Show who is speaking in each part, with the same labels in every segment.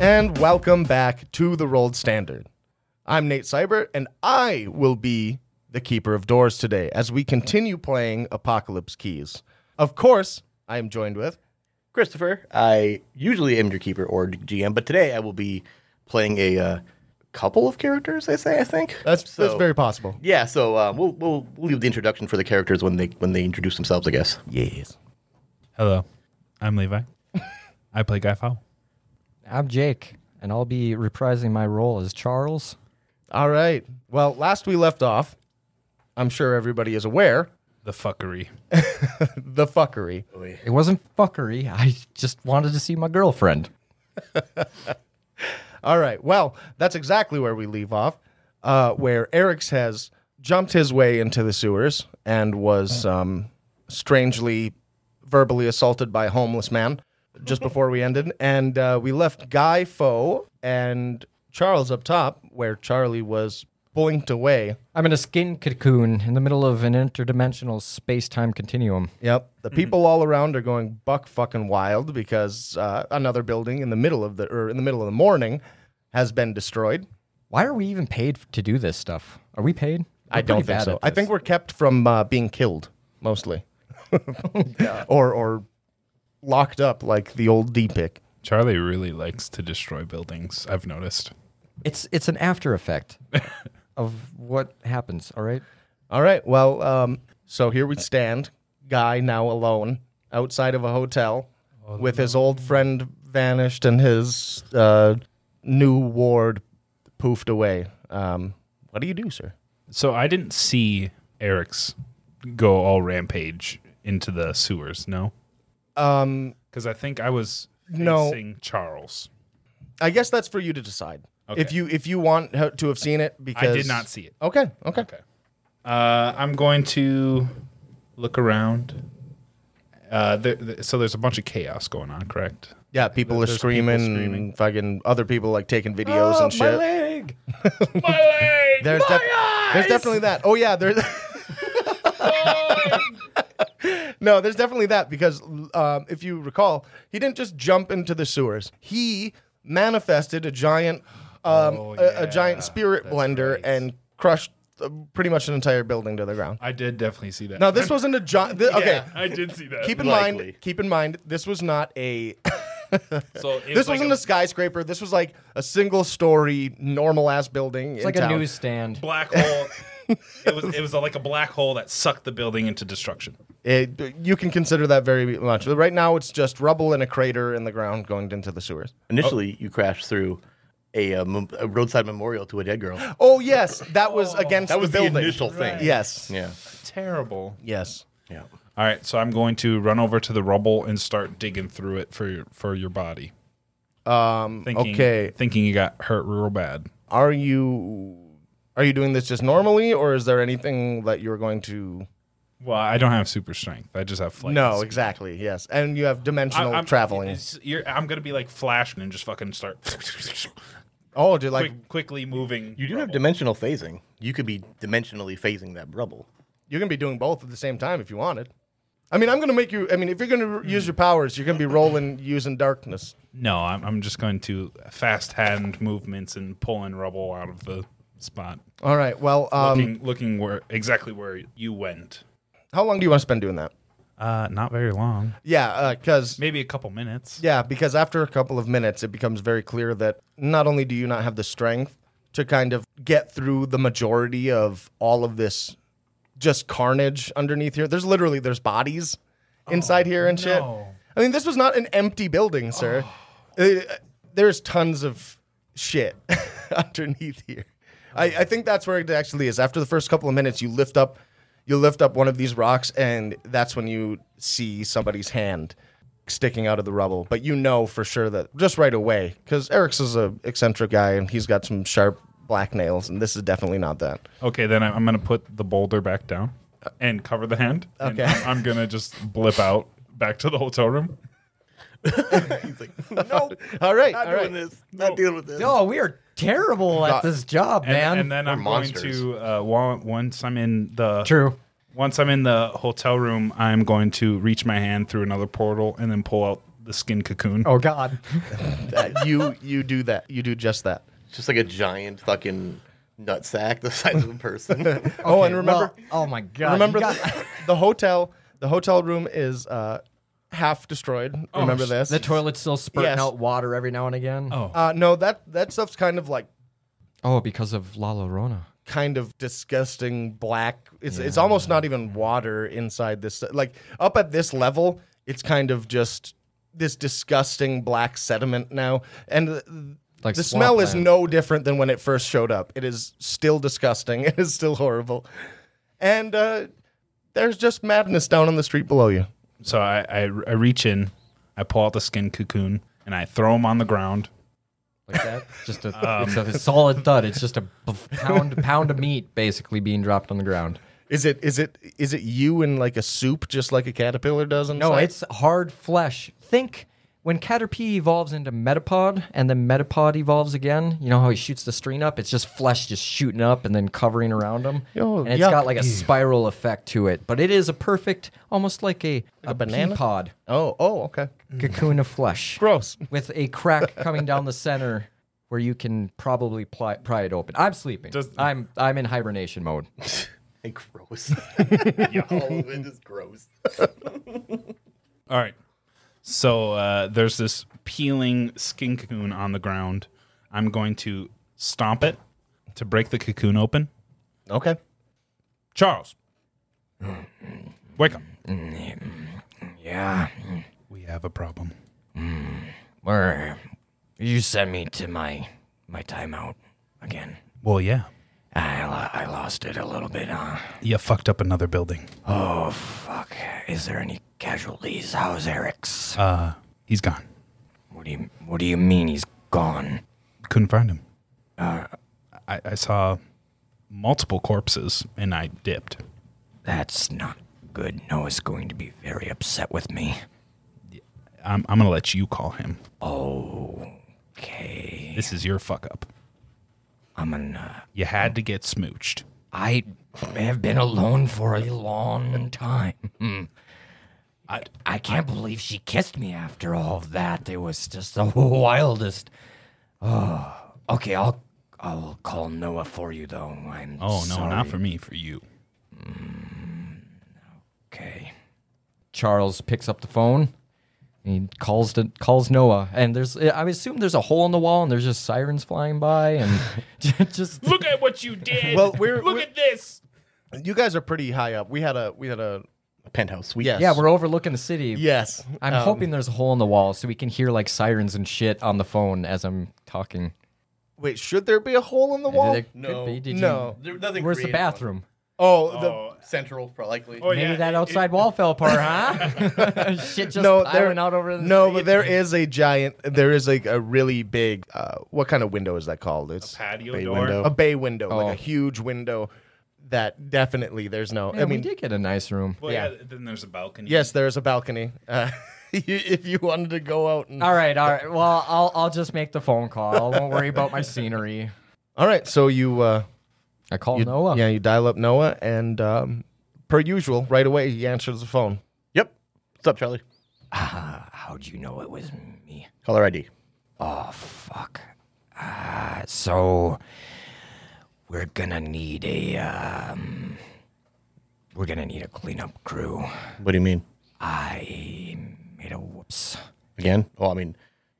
Speaker 1: And welcome back to the Rolled Standard. I'm Nate Seibert, and I will be the keeper of doors today as we continue playing Apocalypse Keys. Of course, I am joined with
Speaker 2: Christopher. I usually am your keeper or GM, but today I will be playing a uh, couple of characters. They say I think
Speaker 1: that's that's
Speaker 2: So-
Speaker 1: very possible.
Speaker 2: Yeah, so uh, we'll we'll leave the introduction for the characters when they when they introduce themselves, I guess.
Speaker 1: Yes.
Speaker 3: Hello, I'm Levi. I play Guy Fowl.
Speaker 4: I'm Jake, and I'll be reprising my role as Charles.
Speaker 1: All right. Well, last we left off, I'm sure everybody is aware
Speaker 3: The fuckery.
Speaker 1: the fuckery.
Speaker 4: It wasn't fuckery. I just wanted to see my girlfriend.
Speaker 1: All right. Well, that's exactly where we leave off, uh, where Eric's has jumped his way into the sewers and was um, strangely verbally assaulted by a homeless man just before we ended. And uh, we left Guy Foe and Charles up top, where Charlie was blinked away.
Speaker 4: I'm in a skin cocoon in the middle of an interdimensional space-time continuum.
Speaker 1: Yep. The people all around are going buck fucking wild because uh, another building in the middle of the or in the middle of the morning has been destroyed.
Speaker 4: Why are we even paid to do this stuff? Are we paid?
Speaker 1: I don't think so. I think we're kept from uh, being killed mostly, or or locked up like the old D pick.
Speaker 3: Charlie really likes to destroy buildings, I've noticed.
Speaker 4: it's it's an after effect of what happens. All right.
Speaker 1: All right. Well, um, so here we stand, guy now alone outside of a hotel
Speaker 3: Oh,
Speaker 1: with his old friend vanished and his uh, new ward poofed away. Um, what do you do, sir?
Speaker 3: So I didn't see Eric's go all rampage into the sewers, no?
Speaker 1: Um,
Speaker 3: Because I think I was
Speaker 1: No.
Speaker 3: facing Charles.
Speaker 1: I guess that's for you to decide if
Speaker 3: Okay.
Speaker 1: you if you want ho- to have seen it. Because
Speaker 3: I did not see it.
Speaker 1: Okay. Okay.
Speaker 3: Okay. Uh, I'm going to look around. Uh, there, there- so there's a bunch of chaos going on, correct?
Speaker 1: Yeah, people are
Speaker 3: There's people
Speaker 1: screaming,
Speaker 3: screaming.
Speaker 1: fucking other people like taking videos
Speaker 4: Oh,
Speaker 1: and shit.
Speaker 4: leg.
Speaker 1: There's, def- there's definitely that. Oh yeah, there's. no, there's definitely that because um, if you recall, he didn't just jump into the sewers. He manifested a giant, um,
Speaker 3: Oh,
Speaker 1: a, a
Speaker 3: yeah,
Speaker 1: giant spirit
Speaker 3: that's
Speaker 1: blender
Speaker 3: right.
Speaker 1: and crushed uh, pretty much an entire building to the ground.
Speaker 3: I did definitely see that.
Speaker 1: Now this wasn't a giant. Thi- okay,
Speaker 3: I did see that.
Speaker 1: keep in
Speaker 2: likely.
Speaker 1: mind. Keep in mind this was not a. This
Speaker 3: so it was like
Speaker 1: wasn't a, skyscraper. This was like a single story, normal ass building.
Speaker 4: It's like a newsstand.
Speaker 3: black hole. it was it was like a black hole that sucked the building into destruction.
Speaker 1: It, you can consider that very much. Right now, it's just rubble and a crater in the ground going into the sewers.
Speaker 2: Initially, you crashed through a, uh, mem- a roadside memorial to a dead girl.
Speaker 1: Oh yes, that was against
Speaker 2: That was
Speaker 1: the
Speaker 2: the,
Speaker 1: building.
Speaker 2: initial thing.
Speaker 1: Yes.
Speaker 2: Yeah.
Speaker 3: Terrible.
Speaker 1: Yes.
Speaker 2: Yeah.
Speaker 3: All right, so I'm going to run over to the rubble and start digging through it for your, for your body.
Speaker 1: Um,
Speaker 3: Thinking,
Speaker 1: okay.
Speaker 3: Thinking you got hurt real bad.
Speaker 1: Are you are you doing this just normally, or is there anything that you're going to?
Speaker 3: Well, I don't have super strength. I just have flight.
Speaker 1: No, exactly. Yes, and you have dimensional
Speaker 3: I'm
Speaker 1: traveling.
Speaker 3: it's- You're, I'm gonna be like flashing and just fucking start
Speaker 1: oh, do you like
Speaker 3: quick, quickly moving.
Speaker 2: You do have dimensional phasing. You could be dimensionally phasing that rubble.
Speaker 1: you're gonna be doing both at the same time if you wanted. I mean, I'm gonna make you. I mean, if you're gonna r- use your powers, you're gonna be rolling using darkness.
Speaker 3: No, I'm, I'm just going to fast hand movements and pulling rubble out of the spot.
Speaker 1: All right. Well, um,
Speaker 3: looking, looking where exactly where you went.
Speaker 1: how long do you want to spend doing that?
Speaker 3: Uh, not very long.
Speaker 1: Yeah, because
Speaker 3: Maybe a couple minutes.
Speaker 1: Yeah, because after a couple of minutes, it becomes very clear that not only do you not have the strength to kind of get through the majority of all of this just carnage underneath here, there's literally there's bodies inside here and shit.
Speaker 3: no.
Speaker 1: I mean, this was not an empty building, sir. Uh, there's tons of shit underneath here. I, I think that's where it actually is. After the first couple of minutes, you lift up, you lift up one of these rocks, and that's when you see somebody's hand sticking out of the rubble. But you know for sure that just right away, because Eric's is a eccentric guy, and he's got some sharp black nails, and this is definitely not that.
Speaker 3: Okay, then I- I'm gonna put the boulder back down and cover the hand. and
Speaker 1: Okay.
Speaker 3: I'm, I'm gonna just blip out back to the hotel room.
Speaker 2: He's like, nope,
Speaker 1: All right,
Speaker 2: not
Speaker 1: all right.
Speaker 2: doing this. Not dealing with this.
Speaker 4: Oh, we are terrible at this job,
Speaker 3: And,
Speaker 4: man.
Speaker 3: and then
Speaker 2: We're
Speaker 3: I'm
Speaker 2: monsters.
Speaker 3: going to uh, wa- once I'm in the
Speaker 4: True.
Speaker 3: Once I'm in the hotel room, I'm going to reach my hand through another portal and then pull out the skin cocoon.
Speaker 4: Oh God.
Speaker 1: That- you you do that. You do just that.
Speaker 2: Just like a giant fucking nutsack the size of a person.
Speaker 1: oh, and remember,
Speaker 4: Well, oh my God.
Speaker 1: remember
Speaker 4: you got-
Speaker 1: the, the hotel. The hotel room is uh, half destroyed. remember this?
Speaker 4: the toilet's still spurting
Speaker 1: Yes.
Speaker 4: out water every now and again.
Speaker 3: Oh.
Speaker 1: uh, no, that that stuff's kind of like
Speaker 4: Oh, because of La Llorona.
Speaker 1: kind of disgusting black. It's it's almost not even water inside this. Like up at this level, it's kind of just this disgusting black sediment now. And the,
Speaker 4: Like
Speaker 1: the smell is
Speaker 4: swampland.
Speaker 1: no different than when it first showed up. It is still disgusting. It is still horrible. And uh, there's just madness down on the street below you.
Speaker 3: So I, I, I reach in, I pull out the skin cocoon, and I throw him on the ground.
Speaker 4: Like that. Just a, it's a solid thud. It's just a p- pound pound of meat basically being dropped on the ground.
Speaker 1: Is it is it is it you in like a soup, just like a caterpillar does? Inside?
Speaker 4: No, it's hard flesh. Think when Caterpie evolves into Metapod and then Metapod evolves again, you know how he shoots the string up? It's just flesh just shooting up and then covering around him.
Speaker 1: Oh,
Speaker 4: and it's
Speaker 1: yuck.
Speaker 4: got like a spiral effect to it. But it is a perfect, almost like a, a,
Speaker 1: banana?
Speaker 4: banana pod
Speaker 1: oh oh okay
Speaker 4: cocoon of flesh
Speaker 1: gross.
Speaker 4: with a crack coming down the center where you can probably ply, pry it open. I'm sleeping.
Speaker 3: Does-
Speaker 4: I'm I'm in hibernation mode.
Speaker 2: and gross. All of it is gross.
Speaker 3: All right. So uh, there's this peeling skin cocoon on the ground. I'm going to stomp it to break the cocoon open.
Speaker 1: Okay,
Speaker 3: Charles, wake up.
Speaker 4: Yeah.
Speaker 3: We have a problem.
Speaker 4: Where you sent me to my my timeout again.
Speaker 3: Well, yeah.
Speaker 4: I, lo- I lost it a little bit, huh?
Speaker 3: You fucked up another building.
Speaker 4: Oh, fuck. Is there any casualties? How's Eric's?
Speaker 3: Uh, he's gone.
Speaker 4: What do you, what do you mean he's gone?
Speaker 3: Couldn't find him. Uh, I, I saw multiple corpses and I dipped.
Speaker 4: That's not good. Noah's going to be very upset with me.
Speaker 3: I'm, I'm going to let you call him.
Speaker 4: Okay.
Speaker 3: This is your fuck up.
Speaker 4: I'm gonna.
Speaker 3: You had to get smooched.
Speaker 4: I have been alone for a long time. Hmm.
Speaker 3: I,
Speaker 4: I can't believe she kissed me after all of that. It was just the wildest. Oh, okay. I'll I'll call Noah for you though. I'm
Speaker 3: oh, no,
Speaker 4: sorry.
Speaker 3: not for me, for you.
Speaker 4: Okay. Charles picks up the phone. and He calls to calls Noah, and there's I assume there's a hole in the wall, and there's just sirens flying by, and just
Speaker 3: Look at what you did.
Speaker 1: Well, we're- Look we're-
Speaker 3: at this.
Speaker 1: you guys are pretty high up. We had a we had a
Speaker 2: Penthouse suite.
Speaker 1: Yes.
Speaker 4: yeah, we're overlooking the city.
Speaker 1: yes.
Speaker 4: I'm
Speaker 1: Um,
Speaker 4: hoping there's a hole in the wall so we can hear like sirens and shit on the phone as I'm talking.
Speaker 1: Wait, should there be a hole in the wall?
Speaker 4: There could
Speaker 2: no,
Speaker 4: be. Did you-
Speaker 1: no.
Speaker 2: There- nothing
Speaker 4: Where's the
Speaker 2: creative about it.
Speaker 4: bathroom?
Speaker 1: Oh,
Speaker 2: Central, pro- likely.
Speaker 3: Oh, yeah.
Speaker 4: Maybe that outside wall fell apart, huh? Shit
Speaker 1: the
Speaker 4: just
Speaker 1: no,
Speaker 4: I
Speaker 1: there
Speaker 4: went out over the
Speaker 1: no,
Speaker 4: street.
Speaker 1: but there is a giant. There is like a really big. Uh, what kind of window is that called? It's
Speaker 3: patio
Speaker 2: Bay
Speaker 3: door.
Speaker 2: window.
Speaker 1: a bay window,
Speaker 4: Oh.
Speaker 1: like a huge window. That definitely there's no.
Speaker 4: Yeah,
Speaker 1: I mean,
Speaker 4: we did get a nice room.
Speaker 3: Well, yeah.
Speaker 1: Yeah.
Speaker 3: Then there's a balcony.
Speaker 1: yes, there is a balcony. Uh, you- if you wanted to go out and
Speaker 4: All right, all right. Well, I'll I'll just make the phone call. I won't worry about my scenery.
Speaker 1: all right, so you. Uh,
Speaker 4: I call
Speaker 1: you
Speaker 4: Noah.
Speaker 1: Yeah, you dial up Noah, and um, per usual, right away he answers the phone.
Speaker 2: Yep. What's up, Charlie?
Speaker 4: How'd you know it was me?
Speaker 2: Caller ID.
Speaker 4: Oh fuck. Uh, so we're gonna need a um, we're gonna need a cleanup crew.
Speaker 2: What do you mean?
Speaker 4: I made a whoops.
Speaker 2: Again? Well, I mean,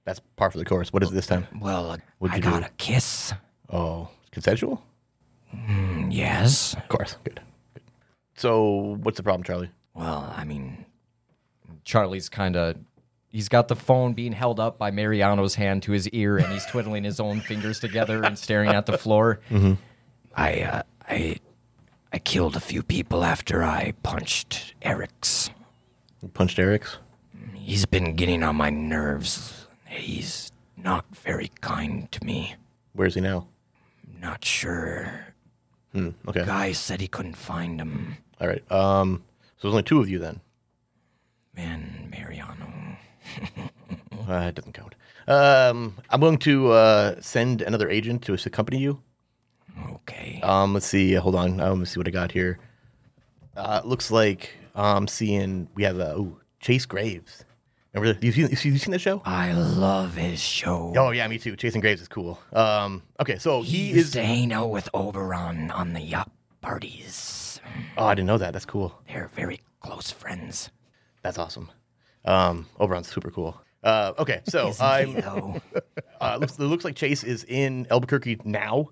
Speaker 2: that's par for the course. What is it this time?
Speaker 4: Well,
Speaker 2: uh, What'd
Speaker 4: I
Speaker 2: you
Speaker 4: got
Speaker 2: do?
Speaker 4: a kiss.
Speaker 2: Oh, consensual?
Speaker 4: Yes.
Speaker 2: Of course. Good. Good. So, what's the problem, Charlie?
Speaker 4: Well, I mean, Charlie's kind of. He's got the phone being held up by Mariano's hand to his ear, and he's twiddling his own fingers together and staring at the floor. I, uh, I, I killed a few people after I punched Eric's.
Speaker 2: You punched Eric's?
Speaker 4: He's been getting on my nerves. He's not very kind to me.
Speaker 2: Where is he now?
Speaker 4: Not sure.
Speaker 2: Okay.
Speaker 4: Guy said he couldn't find him.
Speaker 2: All right. Um, so there's only two of you then.
Speaker 4: Man, Mariano.
Speaker 2: Uh, it doesn't count. Um, I'm going to uh, send another agent to accompany you.
Speaker 4: Okay.
Speaker 2: Um, let's see. Hold on. I'm gonna see what I got here. Uh, it looks like um, seeing we have uh, ooh, Chase Graves. And we're like, you seen, you seen, you seen the show?
Speaker 4: I love his show.
Speaker 2: Oh yeah, me too. Jason Graves is cool. Um, okay, so he,
Speaker 4: used
Speaker 2: is.
Speaker 4: to hang out with Oberon on the yacht parties.
Speaker 2: Oh, I didn't know that. That's cool.
Speaker 4: They're very close friends.
Speaker 2: That's awesome. Um, Oberon's super cool. Uh, okay, so I'm.
Speaker 4: though?
Speaker 2: Uh, it looks, it looks like Chase is in Albuquerque now.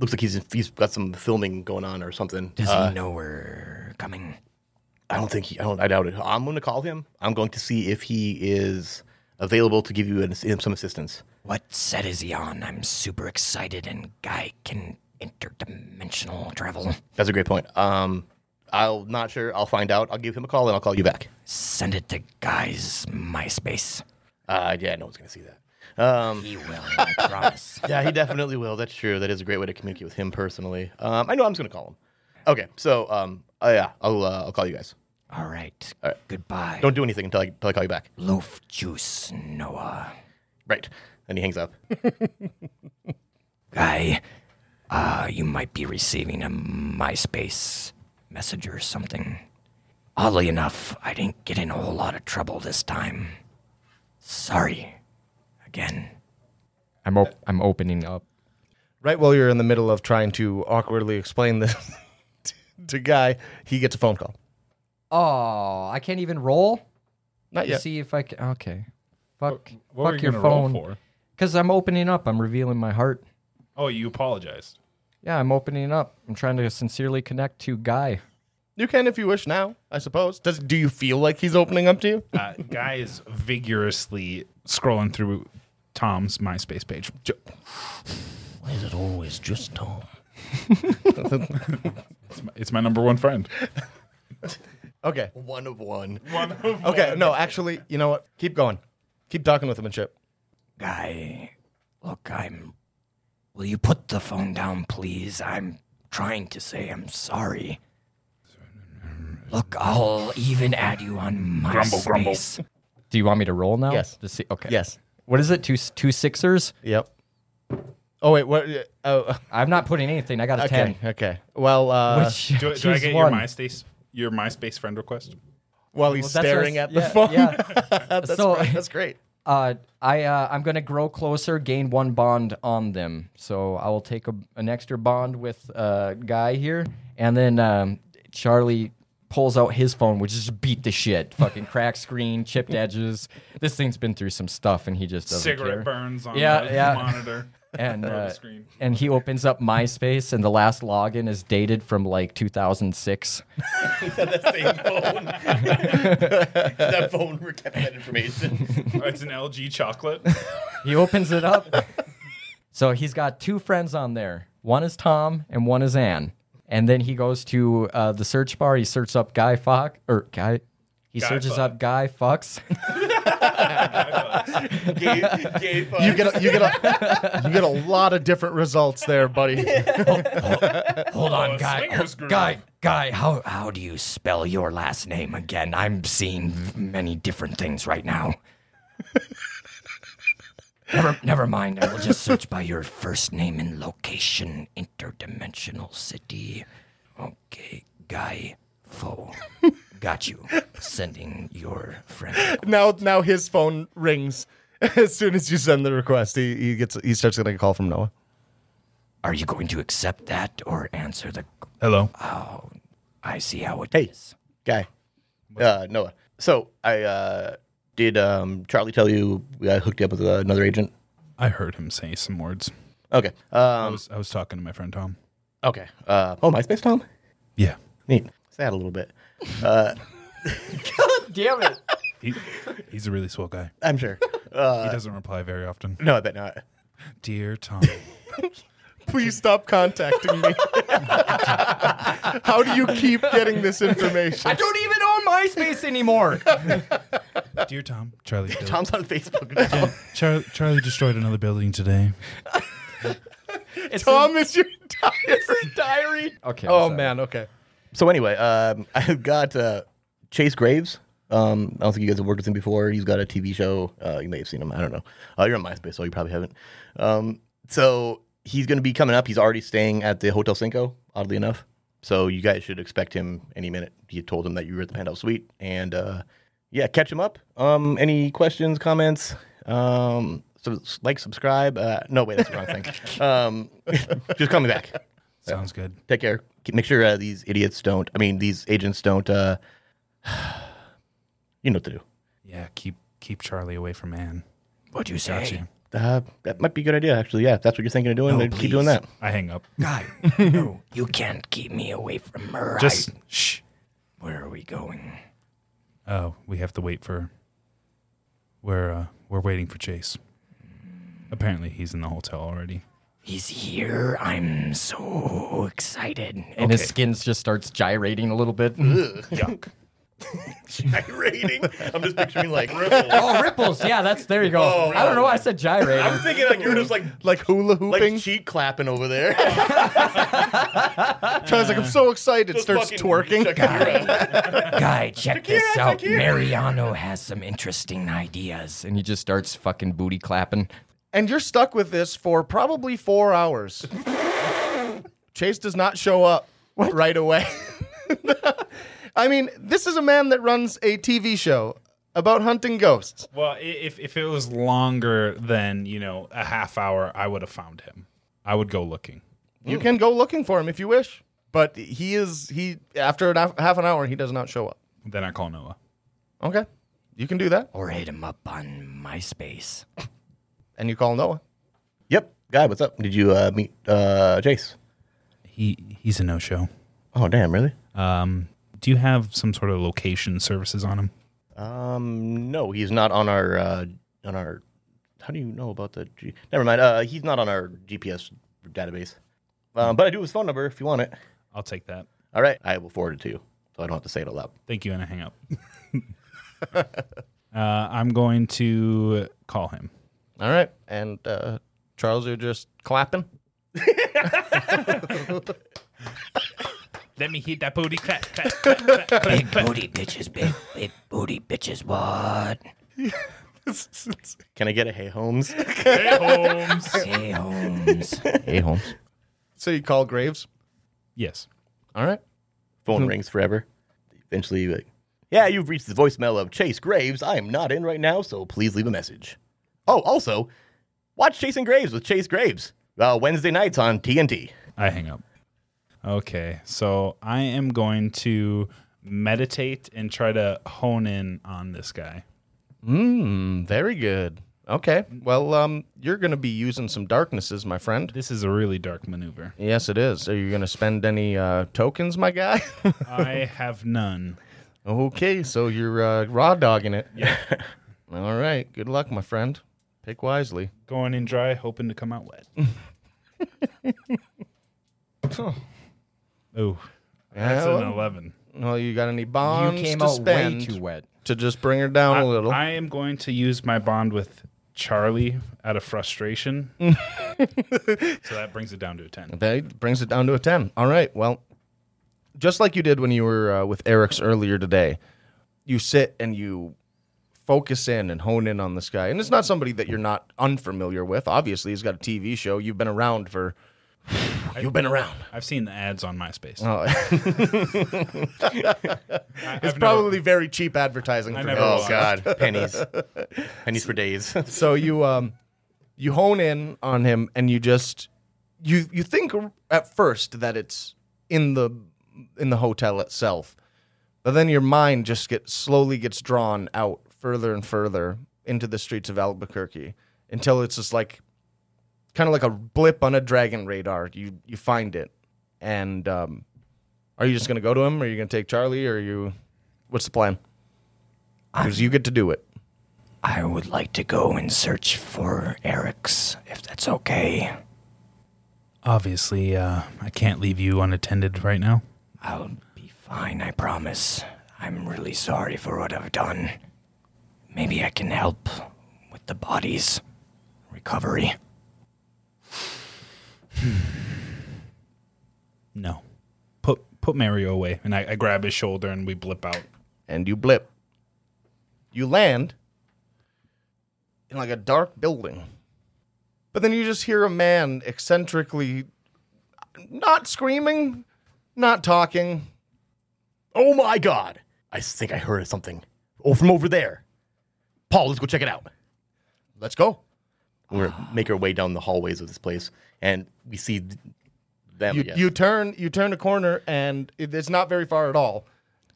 Speaker 2: Looks like he's he's got some filming going on or something.
Speaker 4: Does
Speaker 2: Uh,
Speaker 4: he know we're coming?
Speaker 2: I don't think he. I don't. I doubt it. I'm going to call him. I'm going to see if he is available to give you an, some assistance.
Speaker 4: What set is he on? I'm super excited, and Guy can interdimensional travel.
Speaker 2: That's a great point. Um, I'll not sure. I'll find out. I'll give him a call and I'll call you back.
Speaker 4: Send it to Guy's MySpace.
Speaker 2: Uh, yeah, no one's going to see that. Um,
Speaker 4: He will, I promise.
Speaker 2: yeah, he definitely will. That's true. That is a great way to communicate with him personally. Um, I know I'm just going to call him. Okay, so um, uh, yeah, I'll uh, I'll call you guys.
Speaker 4: All right.
Speaker 2: All right.
Speaker 4: Goodbye.
Speaker 2: Don't do anything until I, until I call you back.
Speaker 4: Loaf juice, Noah.
Speaker 2: Right. And he hangs up.
Speaker 4: Guy, uh, you might be receiving a MySpace message or something. Oddly enough, I didn't get in a whole lot of trouble this time. Sorry. Again. I'm, op- I'm opening up.
Speaker 1: Right while you're in the middle of trying to awkwardly explain this to- to Guy, he gets a phone call.
Speaker 4: Oh, I can't even roll?
Speaker 1: Not
Speaker 4: to
Speaker 1: yet.
Speaker 4: see if I can. Okay. Fuck.
Speaker 3: What were
Speaker 4: fuck
Speaker 3: you
Speaker 4: your
Speaker 3: gonna roll
Speaker 4: phone.
Speaker 3: for?
Speaker 4: Because I'm opening up. I'm revealing my heart.
Speaker 3: Oh, you apologized.
Speaker 4: Yeah, I'm opening up. I'm trying to sincerely connect to Guy.
Speaker 1: You can if you wish now, I suppose. Does do you feel like he's opening up to you?
Speaker 3: Uh, guy is vigorously scrolling through Tom's MySpace page. Jo-
Speaker 1: Why is it always just Tom?
Speaker 3: It's my, it's my number one friend.
Speaker 1: Okay.
Speaker 2: One of one.
Speaker 1: Okay. No, actually, you know what? Keep going. Keep talking with him and shit.
Speaker 4: Guy, look, I'm. Will you put the phone down, please? I'm trying to say I'm sorry. Look, I'll even add you on my
Speaker 3: Grumble, grumble.
Speaker 4: space. Do you want me to roll now?
Speaker 1: Yes.
Speaker 4: To see- okay.
Speaker 1: Yes.
Speaker 4: What is it? Two two sixers?
Speaker 1: Yep. Oh wait, what? Oh,
Speaker 4: I'm not putting anything. I got a
Speaker 1: okay, okay. Well, uh,
Speaker 4: Which-
Speaker 3: Do, do I
Speaker 4: choose
Speaker 3: get your
Speaker 4: one.
Speaker 3: MySpace your MySpace friend request?
Speaker 1: while he's
Speaker 4: Well, that's
Speaker 1: staring
Speaker 4: our-
Speaker 1: at the
Speaker 4: yeah,
Speaker 1: phone,
Speaker 4: yeah.
Speaker 1: that's,
Speaker 4: So-
Speaker 1: right, that's great.
Speaker 4: Uh, I uh, I'm gonna grow closer, gain one bond on them. So I will take a, an extra bond with uh, guy here, and then um, Charlie pulls out his phone, which is beat the shit, fucking cracked screen, chipped edges. This thing's been through some stuff, and he just doesn't
Speaker 3: Cigarette
Speaker 4: care.
Speaker 3: burns on
Speaker 4: Yeah,
Speaker 3: the
Speaker 4: yeah.
Speaker 3: monitor.
Speaker 4: And
Speaker 3: Or the
Speaker 4: uh,
Speaker 3: screen.
Speaker 4: and he opens up MySpace, and the last login is dated from like 2006.
Speaker 2: that same phone. that phone we're keeping that information.
Speaker 3: Oh, it's an LG chocolate.
Speaker 4: He opens it up. so he's got two friends on there. One is Tom and one is Ann. And then he goes to uh, the search bar. He searches up Guy Fox or Guy. He
Speaker 3: Guy
Speaker 4: searches
Speaker 3: Fawkes.
Speaker 4: up Guy Fox.
Speaker 2: Gay, gay phone.
Speaker 1: You get a, you get a, you get a lot of different results there, buddy.
Speaker 4: Hold
Speaker 3: Oh,
Speaker 4: on, Guy.
Speaker 3: swingers group.
Speaker 4: Guy, Guy, how how do you spell your last name again? I'm seeing v- many different things right now. never, never mind. I will just search by your first name and location, interdimensional city. Okay, Guy Foe. Got you. Sending your friend.
Speaker 1: now, now his phone rings as soon as you send the request. He, he gets he starts getting a call from Noah.
Speaker 4: Are you going to accept that or answer the?
Speaker 3: Hello.
Speaker 4: I see how it is.
Speaker 2: Hey. guy. Uh, Noah. So I uh, did. Um, Charlie tell you I hooked you up with uh, another agent?
Speaker 3: I heard him say some words.
Speaker 2: Okay.
Speaker 3: I
Speaker 2: Um,
Speaker 3: was I was talking to my friend Tom.
Speaker 2: okay. Uh, oh, MySpace, Tom.
Speaker 3: Yeah.
Speaker 2: Neat. Sad a little bit.
Speaker 4: Damn it!
Speaker 3: He, he's a really swell guy.
Speaker 2: I'm sure.
Speaker 3: He doesn't reply very often.
Speaker 2: No, I bet not.
Speaker 3: Dear Tom.
Speaker 1: Please stop contacting me. How do you keep getting this information?
Speaker 4: I don't even own MySpace anymore.
Speaker 3: Dear Tom. Charlie. Bill-
Speaker 2: Tom's on Facebook now.
Speaker 3: Char- Charlie destroyed another building today.
Speaker 4: It's
Speaker 1: Tom is your diet.
Speaker 4: diary. Okay.
Speaker 1: Oh man, okay.
Speaker 2: So anyway, um, I've got uh, Chase Graves. Um, I don't think you guys have worked with him before. He's got a TV show. Uh, you may have seen him. I don't know. Uh, you're on MySpace, so you probably haven't. Um, so he's going to be coming up. He's already staying at the Hotel Cinco, oddly enough. So you guys should expect him any minute. You told him that you were at the Penthouse Suite, and uh, yeah, catch them up. Um, any questions, comments? Um, so like, subscribe. Uh, no, wait, that's the wrong thing. Um, just call me back.
Speaker 3: Sounds good.
Speaker 2: Take care. Keep- Make sure uh, these idiots don't. I mean, these agents don't. Uh, you know what to do.
Speaker 3: Yeah, keep keep Charlie away from Anne.
Speaker 4: What'd you
Speaker 3: Got you.
Speaker 2: Uh, that might be a good idea, actually. Yeah, if that's what you're thinking of doing,
Speaker 4: No,
Speaker 2: then keep doing
Speaker 4: Oh, please.
Speaker 2: that.
Speaker 3: I hang up.
Speaker 4: Guy, no, you can't keep me away from her.
Speaker 3: Just shh.
Speaker 4: I- where are we going?
Speaker 3: Oh, we have to wait for. We're uh, we're waiting for Chase. Apparently, he's in the hotel already.
Speaker 4: He's here. I'm so excited. And his
Speaker 3: Okay.
Speaker 4: skin just starts gyrating a little bit.
Speaker 3: Yuck.
Speaker 2: Rating. I'm just picturing like ripples.
Speaker 4: oh, ripples. Yeah, that's there you go.
Speaker 1: Oh,
Speaker 4: I don't know why I said gyrating.
Speaker 2: thinking like you're just like
Speaker 1: Like hula hooping.
Speaker 2: cheek clapping over there.
Speaker 1: Charlie's like, I'm so excited. Starts twerking.
Speaker 4: Guy, check this out. Mariano has some interesting ideas. And he just starts fucking booty clapping.
Speaker 1: And you're stuck with this for probably four hours. Chase does not show up right away. I mean, this is a man that runs a TV show about hunting ghosts.
Speaker 3: Well, i- if if it was longer than you know a half hour, I would have found him. I would go looking.
Speaker 1: You can go looking for him if you wish, but he is he after an, half half an hour he does not show up.
Speaker 3: Then I call Noah.
Speaker 1: Okay, you can do that,
Speaker 4: Or hit him up on MySpace.
Speaker 1: and you call Noah.
Speaker 2: yep, guy, what's up? Did you uh, meet uh, Jace?
Speaker 3: He he's a no show.
Speaker 2: Oh damn, really?
Speaker 3: Um, do you have some sort of location services on him?
Speaker 2: Um, no, he's not on our uh, on our. How do you know about the? G- Never mind. Uh, he's not on our GPS database. Um, but I do have his phone number if you want it.
Speaker 3: I'll take that.
Speaker 2: All right, I will forward it to you, so I don't have to say it out loud.
Speaker 3: Thank you, and I hang up. uh, I'm going to call him.
Speaker 1: All right, and uh, Charles, you're just clapping.
Speaker 3: Let me hit that booty clap. clap.
Speaker 4: Big booty bitches, big, big booty bitches, what?
Speaker 2: Can I get a hey Holmes?
Speaker 3: Hey, Holmes.
Speaker 4: Hey, Holmes.
Speaker 2: hey Holmes.
Speaker 1: So you call Graves.
Speaker 3: Yes.
Speaker 1: All right.
Speaker 2: Phone rings forever. Eventually, like, yeah, you've reached the voicemail of Chase Graves. I am not in right now, so please leave a message. Oh, also, watch Chasing Graves with Chase Graves uh, Wednesday nights on TNT.
Speaker 3: I hang up. Okay, so I am going to meditate and try to hone in on this guy.
Speaker 1: Mm, very good. Okay. Well, um, you're going to be using some darknesses, my friend.
Speaker 3: This is a really dark maneuver.
Speaker 1: Yes, it is. Are you going to spend any uh, tokens, my guy?
Speaker 3: I have none.
Speaker 1: okay, so you're uh, raw dogging it. Yeah. All right. Good luck, my friend. Pick wisely.
Speaker 3: Going in dry, hoping to come out wet. oh, that's
Speaker 1: Yeah,
Speaker 3: an
Speaker 1: well-
Speaker 3: 11.
Speaker 1: Well, you got any bonds
Speaker 4: you came
Speaker 1: to
Speaker 4: out
Speaker 1: spend
Speaker 4: way too wet.
Speaker 1: to just bring her down a little?
Speaker 3: I am going to use my bond with Charlie out of frustration. so that brings it down to a 10.
Speaker 1: That brings it down to a 10. All right. Well, just like you did when you were uh, with Eric's earlier today, you sit and you focus in and hone in on this guy. And it's not somebody that you're not unfamiliar with. Obviously, he's got a TV show. You've been around for. You've been around.
Speaker 3: I've seen the ads on MySpace.
Speaker 2: Uh,
Speaker 1: Oh,
Speaker 3: I- I've
Speaker 1: it's
Speaker 3: never-
Speaker 1: probably very cheap advertising.
Speaker 3: I
Speaker 1: for
Speaker 3: never
Speaker 1: him.
Speaker 2: Oh
Speaker 3: Wow.
Speaker 2: God, pennies, pennies for days.
Speaker 1: So you um, you hone in on him and you just you you think at first that it's in the in the hotel itself, but then your mind just gets slowly gets drawn out further and further into the streets of Albuquerque until it's just like kind of like a blip on a dragon radar. You you find it, and um, are you just gonna go to him? Are you gonna take Charlie? Or are you? What's the plan? Because you get to do it.
Speaker 4: I would like to go and search for Eric's, if that's okay.
Speaker 3: Obviously, uh, I can't leave you unattended right now.
Speaker 4: I'll be fine, I promise. I'm really sorry for what I've done. Maybe I can help with the body's recovery.
Speaker 3: No. Put put Mario away. And I, I grab his shoulder and we blip out.
Speaker 1: and you blip. You land in like a dark building. But then you just hear a man eccentrically not screaming, not talking.
Speaker 2: oh my God, I think I heard something. Oh, from over there. Paul, let's go check it out.
Speaker 1: Let's go.
Speaker 2: We're make our way down the hallways of this place, and we see th- them.
Speaker 1: You,
Speaker 2: yes.
Speaker 1: you turn you turn a corner and it, it's not very far at all.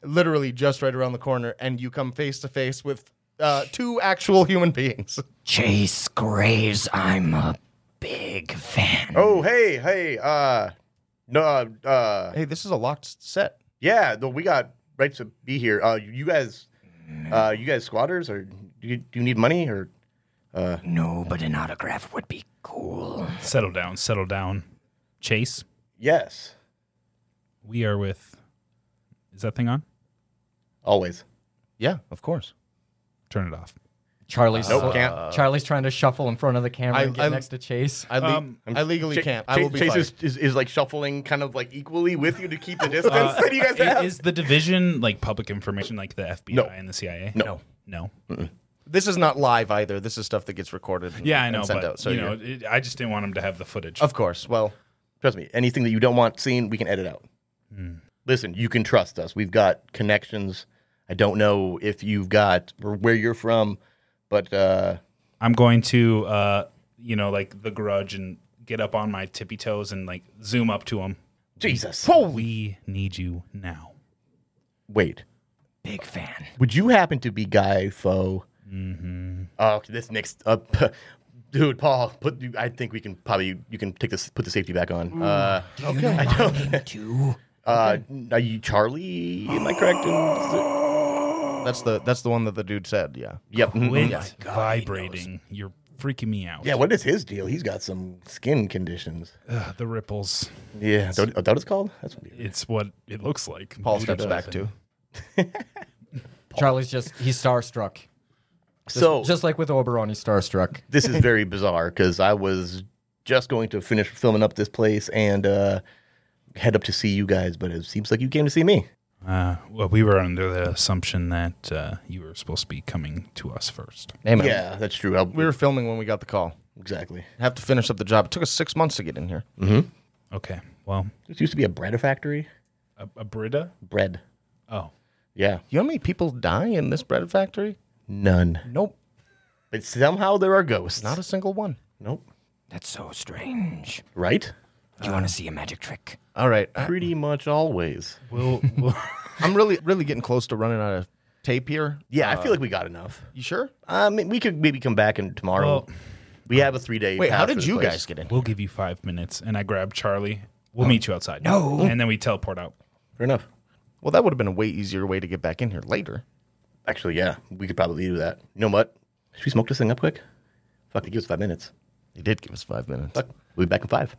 Speaker 1: Literally just right around the corner, and you come face to face with uh, two actual human beings.
Speaker 4: Chase Graves, I'm a big fan.
Speaker 2: oh, hey, hey, uh, no, uh, uh,
Speaker 1: Hey, this is a locked set.
Speaker 2: yeah, no, we got rights to be here. Uh, you guys,
Speaker 1: Mm.
Speaker 2: uh, you guys squatters, or do you, do you need money, or
Speaker 4: No, but an autograph would be cool.
Speaker 3: Settle down, settle down. Chase,
Speaker 2: yes,
Speaker 3: we are with. Is that thing on?
Speaker 2: always.
Speaker 1: Yeah, of course.
Speaker 3: Turn it off.
Speaker 4: Charlie's uh,
Speaker 2: Nope, can't.
Speaker 4: Charlie's trying to shuffle in front of the camera
Speaker 1: I-
Speaker 4: and get
Speaker 1: I-
Speaker 4: next to Chase.
Speaker 1: I, le-
Speaker 3: Um,
Speaker 1: I legally
Speaker 2: Cha-
Speaker 1: can't.
Speaker 2: Cha-
Speaker 1: I will be
Speaker 2: Chase
Speaker 1: fired. Uh,
Speaker 2: is, is, is like shuffling kind of like equally with you to keep the distance that you guys
Speaker 3: Uh, I-
Speaker 2: have.
Speaker 3: Is the division like public information, like the FBI
Speaker 2: No.
Speaker 3: and the CIA?
Speaker 2: No.
Speaker 3: no.
Speaker 1: This is not live either. This is stuff that gets recorded. And,
Speaker 3: Yeah, I know,
Speaker 1: and sent
Speaker 3: but
Speaker 1: out. So
Speaker 3: you
Speaker 1: you're-
Speaker 3: know, it, I just didn't want him to have the footage.
Speaker 1: of course. Well,
Speaker 2: Trust me, anything that you don't want seen, we can edit out. Hmm. Listen, you can trust us. We've got connections. I don't know if you've got or where you're from, but uh,
Speaker 3: I'm going to, uh, you know, like the grudge and get up on my tippy toes and like zoom up to him.
Speaker 2: Jesus.
Speaker 3: We need you now.
Speaker 2: Wait,
Speaker 4: Big fan.
Speaker 2: would you happen to be Guy Foe? Mm-hmm. Oh, this next up, dude, Paul. Put. I think we can probably you can take this. Put the safety back on. Uh, okay. I don't.
Speaker 4: Do
Speaker 2: Uh, are you Charlie? Am I correct? in-
Speaker 1: that's the that's the one that the dude said. Mm-hmm. Yeah.
Speaker 2: Yep. mhm.
Speaker 3: Quit vibrating. You're freaking me out.
Speaker 2: Yeah. What is his deal? He's got some skin conditions.
Speaker 3: Ugh, the ripples.
Speaker 2: Yeah, that, that is called. That's weird.
Speaker 3: It's what it looks like.
Speaker 1: Paul steps back too.
Speaker 4: Charlie's just he's starstruck.
Speaker 2: So
Speaker 4: Just like with Oberon, he's starstruck.
Speaker 2: this is very bizarre because I was just going to finish filming up this place and uh, head up to see you guys, but it seems like you came to see me.
Speaker 3: Uh, well, we were under the assumption that uh, you were supposed to be coming to us first.
Speaker 4: Amen.
Speaker 2: Yeah, that's true. I,
Speaker 1: We were filming when we got the call.
Speaker 2: exactly.
Speaker 1: Have to finish up the job. It took us six months to get in here.
Speaker 3: Okay. Well,
Speaker 2: This used to be a bread factory.
Speaker 3: a, a Brita.
Speaker 2: Bread.
Speaker 3: Oh,
Speaker 2: Yeah.
Speaker 1: You know how many people die in this bread factory?
Speaker 2: None.
Speaker 1: Nope,
Speaker 2: But somehow there are ghosts.
Speaker 1: not a single one.
Speaker 2: nope.
Speaker 4: That's so strange.
Speaker 2: Right?
Speaker 4: Do you want to see a magic trick?
Speaker 1: All right, I-
Speaker 2: Pretty much always.
Speaker 3: we'll. we'll
Speaker 1: I'm really really getting close to running out of tape here.
Speaker 2: Yeah, I feel like we got enough.
Speaker 1: You sure?
Speaker 2: Um, we could maybe come back and tomorrow.
Speaker 3: Well-
Speaker 2: we have a three day.
Speaker 1: Wait, how did you guys get in?
Speaker 3: We'll give you five minutes, and I grab Charlie. We'll meet you outside.
Speaker 4: No.
Speaker 3: and then we teleport out.
Speaker 2: Fair enough.
Speaker 1: Well, that would have been a way easier way to get back in here later.
Speaker 2: Actually, yeah, we could probably do that. You know what? Should we smoke this thing up quick? Fuck, it gives us five minutes.
Speaker 1: You did give us five minutes.
Speaker 2: Fuck, we'll be back in five.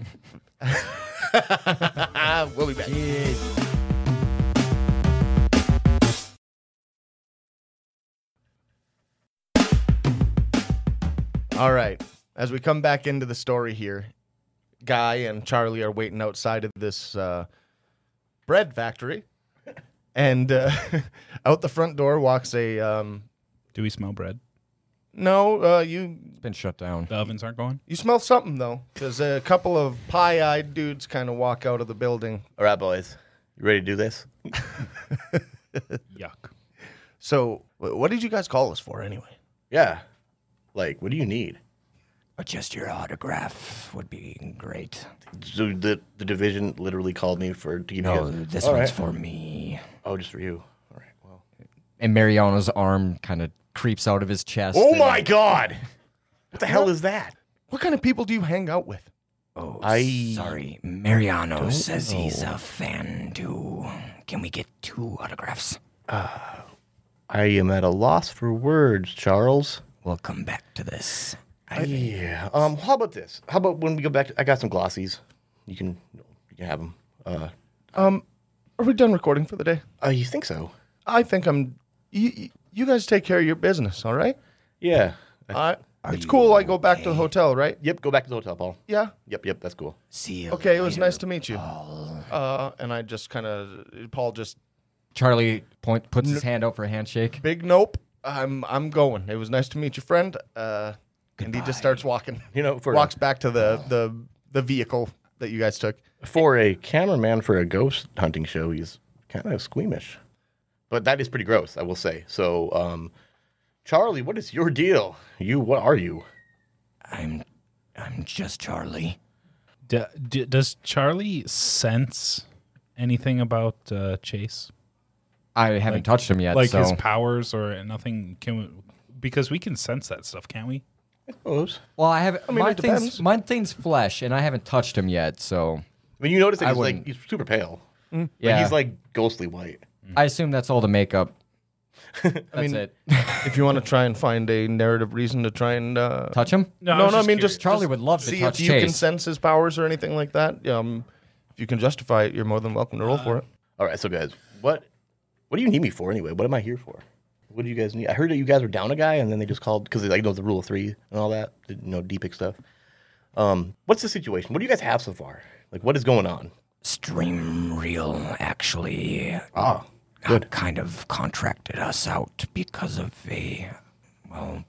Speaker 1: we'll be back. All right. As we come back into the story here, Guy and Charlie are waiting outside of this uh, bread factory. And uh, out the front door walks a. Um,
Speaker 3: Do we smell bread?
Speaker 1: no, uh, you
Speaker 4: It's been shut down.
Speaker 3: The ovens aren't going.
Speaker 1: you smell something, though, because a couple of pie eyed dudes kind of walk out of the building.
Speaker 2: All right, boys, you ready to do this?
Speaker 3: Yuck.
Speaker 1: So, wh- what did you guys call us for anyway?
Speaker 2: Yeah. Like, what do you need?
Speaker 4: Or just your autograph would be great.
Speaker 2: So the the division literally called me for to give you
Speaker 4: No,
Speaker 2: guys-
Speaker 4: this
Speaker 2: Oh, All
Speaker 4: one's
Speaker 2: right.
Speaker 4: for me.
Speaker 2: Oh, just for you. All right. Well.
Speaker 4: And Mariano's arm kind of creeps out of his chest.
Speaker 2: Oh
Speaker 4: and-
Speaker 2: my God! What the hell is that?
Speaker 1: What kind of people do you hang out with?
Speaker 4: Oh,
Speaker 2: I-
Speaker 4: sorry. Mariano says he's a fan too. Can we get two autographs?
Speaker 2: I am at a loss for words, Charles.
Speaker 4: We'll come back to this. I,
Speaker 2: Yeah. Um. How about this? How about when we go back? To, I got some glossies. You can you can have them. Uh.
Speaker 1: Um, are we done recording for the day?
Speaker 2: uh you think so?
Speaker 1: I think I'm. You, you guys take care of your business, all right?
Speaker 2: Yeah.
Speaker 1: I, it's cool. I go back to the hotel, right?
Speaker 2: Yep, go back to the hotel, Paul.
Speaker 1: Yeah.
Speaker 2: Yep, yep, that's cool.
Speaker 4: see you.
Speaker 1: Okay. It was
Speaker 4: later.
Speaker 1: nice to meet you. Uh, and I just kind of Paul just
Speaker 4: Charlie point puts his hand out for a handshake.
Speaker 1: big nope. I'm I'm going. It was nice to meet you, friend. Uh, and he just starts walking.
Speaker 2: You know, for
Speaker 1: walks back to the the the vehicle that you guys took.
Speaker 2: for a cameraman for a ghost hunting show, he's kind of squeamish. But that is pretty gross, I will say. So, um, Charlie, what is your deal? You, what are you?
Speaker 4: I'm, I'm just Charlie.
Speaker 3: D- d- does Charlie sense anything about uh, Chase?
Speaker 4: I haven't touched him yet,
Speaker 3: Like
Speaker 4: so
Speaker 3: his powers or nothing? Can we, because we can sense that stuff, can't we?
Speaker 2: I suppose.
Speaker 4: well, I haven't.
Speaker 2: it
Speaker 4: my thing's
Speaker 2: depends.
Speaker 4: my thing's flesh, and I haven't touched him yet, so
Speaker 2: I mean, you notice that
Speaker 4: I
Speaker 2: he's like
Speaker 4: wouldn't.
Speaker 2: he's super pale. Like,
Speaker 4: yeah.
Speaker 2: he's like ghostly white.
Speaker 4: I assume that's all the makeup. That's
Speaker 1: mean-
Speaker 4: it.
Speaker 1: if you want to try and find a narrative reason to try and uh,
Speaker 4: Touch him.
Speaker 1: No, no, I mean just
Speaker 4: Charlie
Speaker 1: just
Speaker 4: would love to
Speaker 1: see
Speaker 4: touch
Speaker 1: if you
Speaker 4: Chase.
Speaker 1: can sense his powers or anything like that. Um, if you can justify it, you're more than welcome to roll for it.
Speaker 4: Uh,
Speaker 2: All right, so guys, what what do you need me for anyway? What am I here for? What do you guys need? I heard that you guys were down a guy, and then they just called because like know the rule of three and all that, the, you know, deepic stuff. Um, what's the situation? What do you guys have so far? Like, what is going on?
Speaker 4: Stream Reel actually
Speaker 2: Ah,
Speaker 4: kind of contracted us out because of a, well,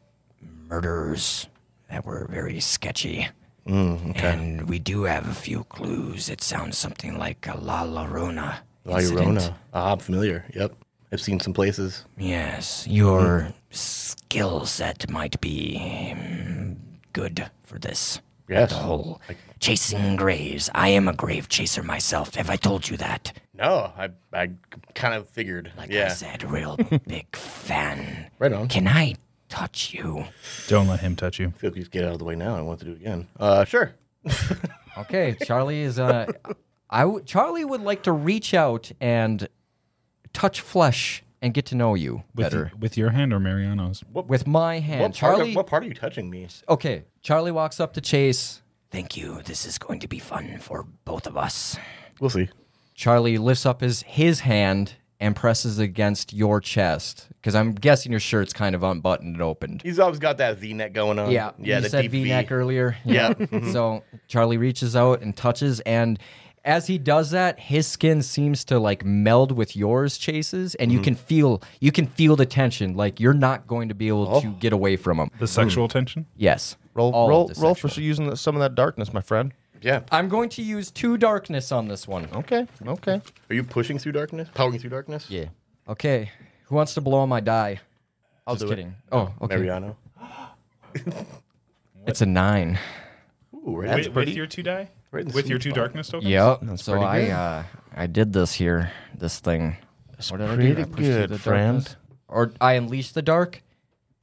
Speaker 4: murders that were very sketchy.
Speaker 2: Mm,
Speaker 4: And we do have a few clues. It sounds something like a La Llorona.
Speaker 2: La
Speaker 4: incident.
Speaker 2: Llorona. Ah, I'm familiar. Yep, I've seen some places.
Speaker 4: Yes, your
Speaker 2: Mm.
Speaker 4: skill set might be mm, good for this.
Speaker 2: Yes.
Speaker 4: The
Speaker 2: Oh,
Speaker 4: whole chasing graves. I am a grave chaser myself. Have I told you that?
Speaker 2: No, I I kind of figured.
Speaker 4: Like I
Speaker 2: yeah,
Speaker 4: said, real big fan.
Speaker 2: right on.
Speaker 4: Can I touch you?
Speaker 3: Don't let him touch you.
Speaker 2: I feel like you just get out of the way now. I want to do it again. Uh, sure.
Speaker 4: Okay, Charlie is. Uh, I w- Charlie would like to reach out and touch flesh and get to know you
Speaker 3: With,
Speaker 4: better
Speaker 3: with your hand or Mariano's?
Speaker 4: with my hand.
Speaker 2: What part, of, what part are you touching me?
Speaker 4: Okay, Charlie walks up to Chase. Thank you. This is going to be fun for both of us.
Speaker 2: We'll see.
Speaker 4: Charlie lifts up his his hand and presses against your chest because I'm guessing your shirt's kind of unbuttoned and opened.
Speaker 2: He's always got that V neck going on.
Speaker 4: Yeah,
Speaker 2: yeah.
Speaker 4: You
Speaker 2: the
Speaker 4: said
Speaker 2: deep V.
Speaker 4: V-neck earlier.
Speaker 2: Yeah.
Speaker 1: Mm-hmm.
Speaker 4: so Charlie reaches out and touches, and as he does that, his skin seems to like meld with yours, Chase's, and
Speaker 1: Mm-hmm.
Speaker 4: you can feel you can feel the tension. Like you're not going to be able to
Speaker 1: Oh.
Speaker 4: get away from him.
Speaker 3: The sexual tension?
Speaker 4: Yes.
Speaker 1: Roll,
Speaker 4: All of
Speaker 1: roll,
Speaker 4: the
Speaker 1: roll
Speaker 4: sexual-
Speaker 1: for using the, some of that darkness, my friend.
Speaker 2: Yeah.
Speaker 4: I'm going to use two darkness on this one.
Speaker 1: Okay, okay.
Speaker 2: Are you pushing through darkness? Powering through darkness?
Speaker 4: Yeah. Okay. Who wants to blow on my die? I'll Just
Speaker 2: do it.
Speaker 4: kidding. Oh, okay.
Speaker 2: Mariano.
Speaker 4: It's a nine.
Speaker 2: Ooh, right,
Speaker 3: With, with your two die?
Speaker 2: Right in the
Speaker 3: with your
Speaker 2: sweet
Speaker 3: two
Speaker 2: spot.
Speaker 3: darkness tokens?
Speaker 4: Yep. so I uh, I did this here, this thing. That's what did I do? I
Speaker 1: pretty
Speaker 4: pushed through
Speaker 1: good,
Speaker 4: the darkness?
Speaker 1: friend.
Speaker 4: Or I unleashed the dark,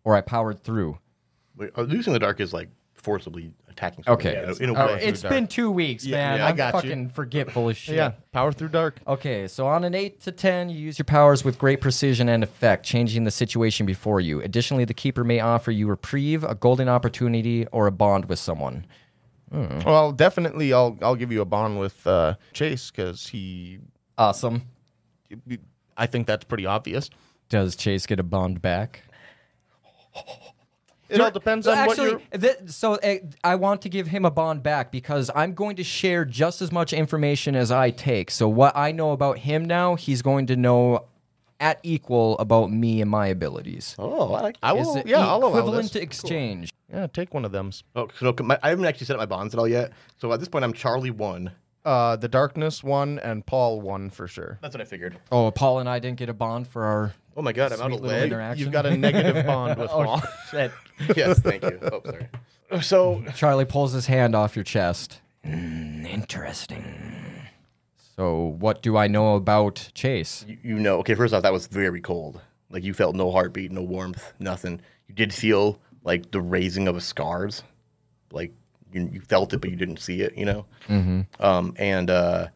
Speaker 4: or I powered through.
Speaker 2: Wait, uh, losing the dark is like forcibly attacking. someone.
Speaker 4: Okay.
Speaker 2: Yeah, in a
Speaker 4: Oh,
Speaker 2: way.
Speaker 4: it's been two weeks, man.
Speaker 1: yeah, I
Speaker 4: I'm
Speaker 1: got you.
Speaker 4: fucking forgetful as shit.
Speaker 1: Yeah, power through dark.
Speaker 4: Okay, so on an 8 to 10, you use your powers with great precision and effect, changing the situation before you. Additionally, the keeper may offer you reprieve, a golden opportunity, or a bond with someone.
Speaker 1: Well, definitely, I'll I'll give you a bond with uh, Chase because he.
Speaker 4: Awesome.
Speaker 1: I think that's pretty obvious.
Speaker 4: Does Chase get a bond back?
Speaker 1: It all depends on
Speaker 4: Actually,
Speaker 1: what you're.
Speaker 4: thi- so uh, I want to give him a bond back because I'm going to share just as much information as I take. So what I know about him now, he's going to know at equal about me and my abilities.
Speaker 2: Oh, I like.
Speaker 1: I
Speaker 4: Is
Speaker 1: will.
Speaker 4: it
Speaker 1: Yeah, I'll allow
Speaker 4: equivalent
Speaker 1: this.
Speaker 4: to exchange.
Speaker 1: Yeah, take one of them.
Speaker 2: Oh, so my, I haven't actually set up my bonds at all yet. So uh, at this point, I'm Charlie one.
Speaker 1: Uh, the darkness one and Paul one for sure.
Speaker 2: That's what I figured.
Speaker 4: Oh, Paul and I didn't get a bond for our
Speaker 2: Oh my god, I'm out
Speaker 4: sweet
Speaker 2: of
Speaker 4: little
Speaker 2: lead.
Speaker 4: interaction.
Speaker 1: You've got a negative bond with
Speaker 4: Oh,
Speaker 1: Paul.
Speaker 4: Shit.
Speaker 2: yes, thank you. Oh, sorry. So
Speaker 4: Charlie pulls his hand off your chest. Hmm, interesting. So, what do I know about Chase?
Speaker 2: you, you know, okay. First off, that was very cold. Like you felt no heartbeat, no warmth, nothing. You did feel like the raising of a scars, like you, you felt it, but you didn't see it. You know, mm-hmm. um, and uh,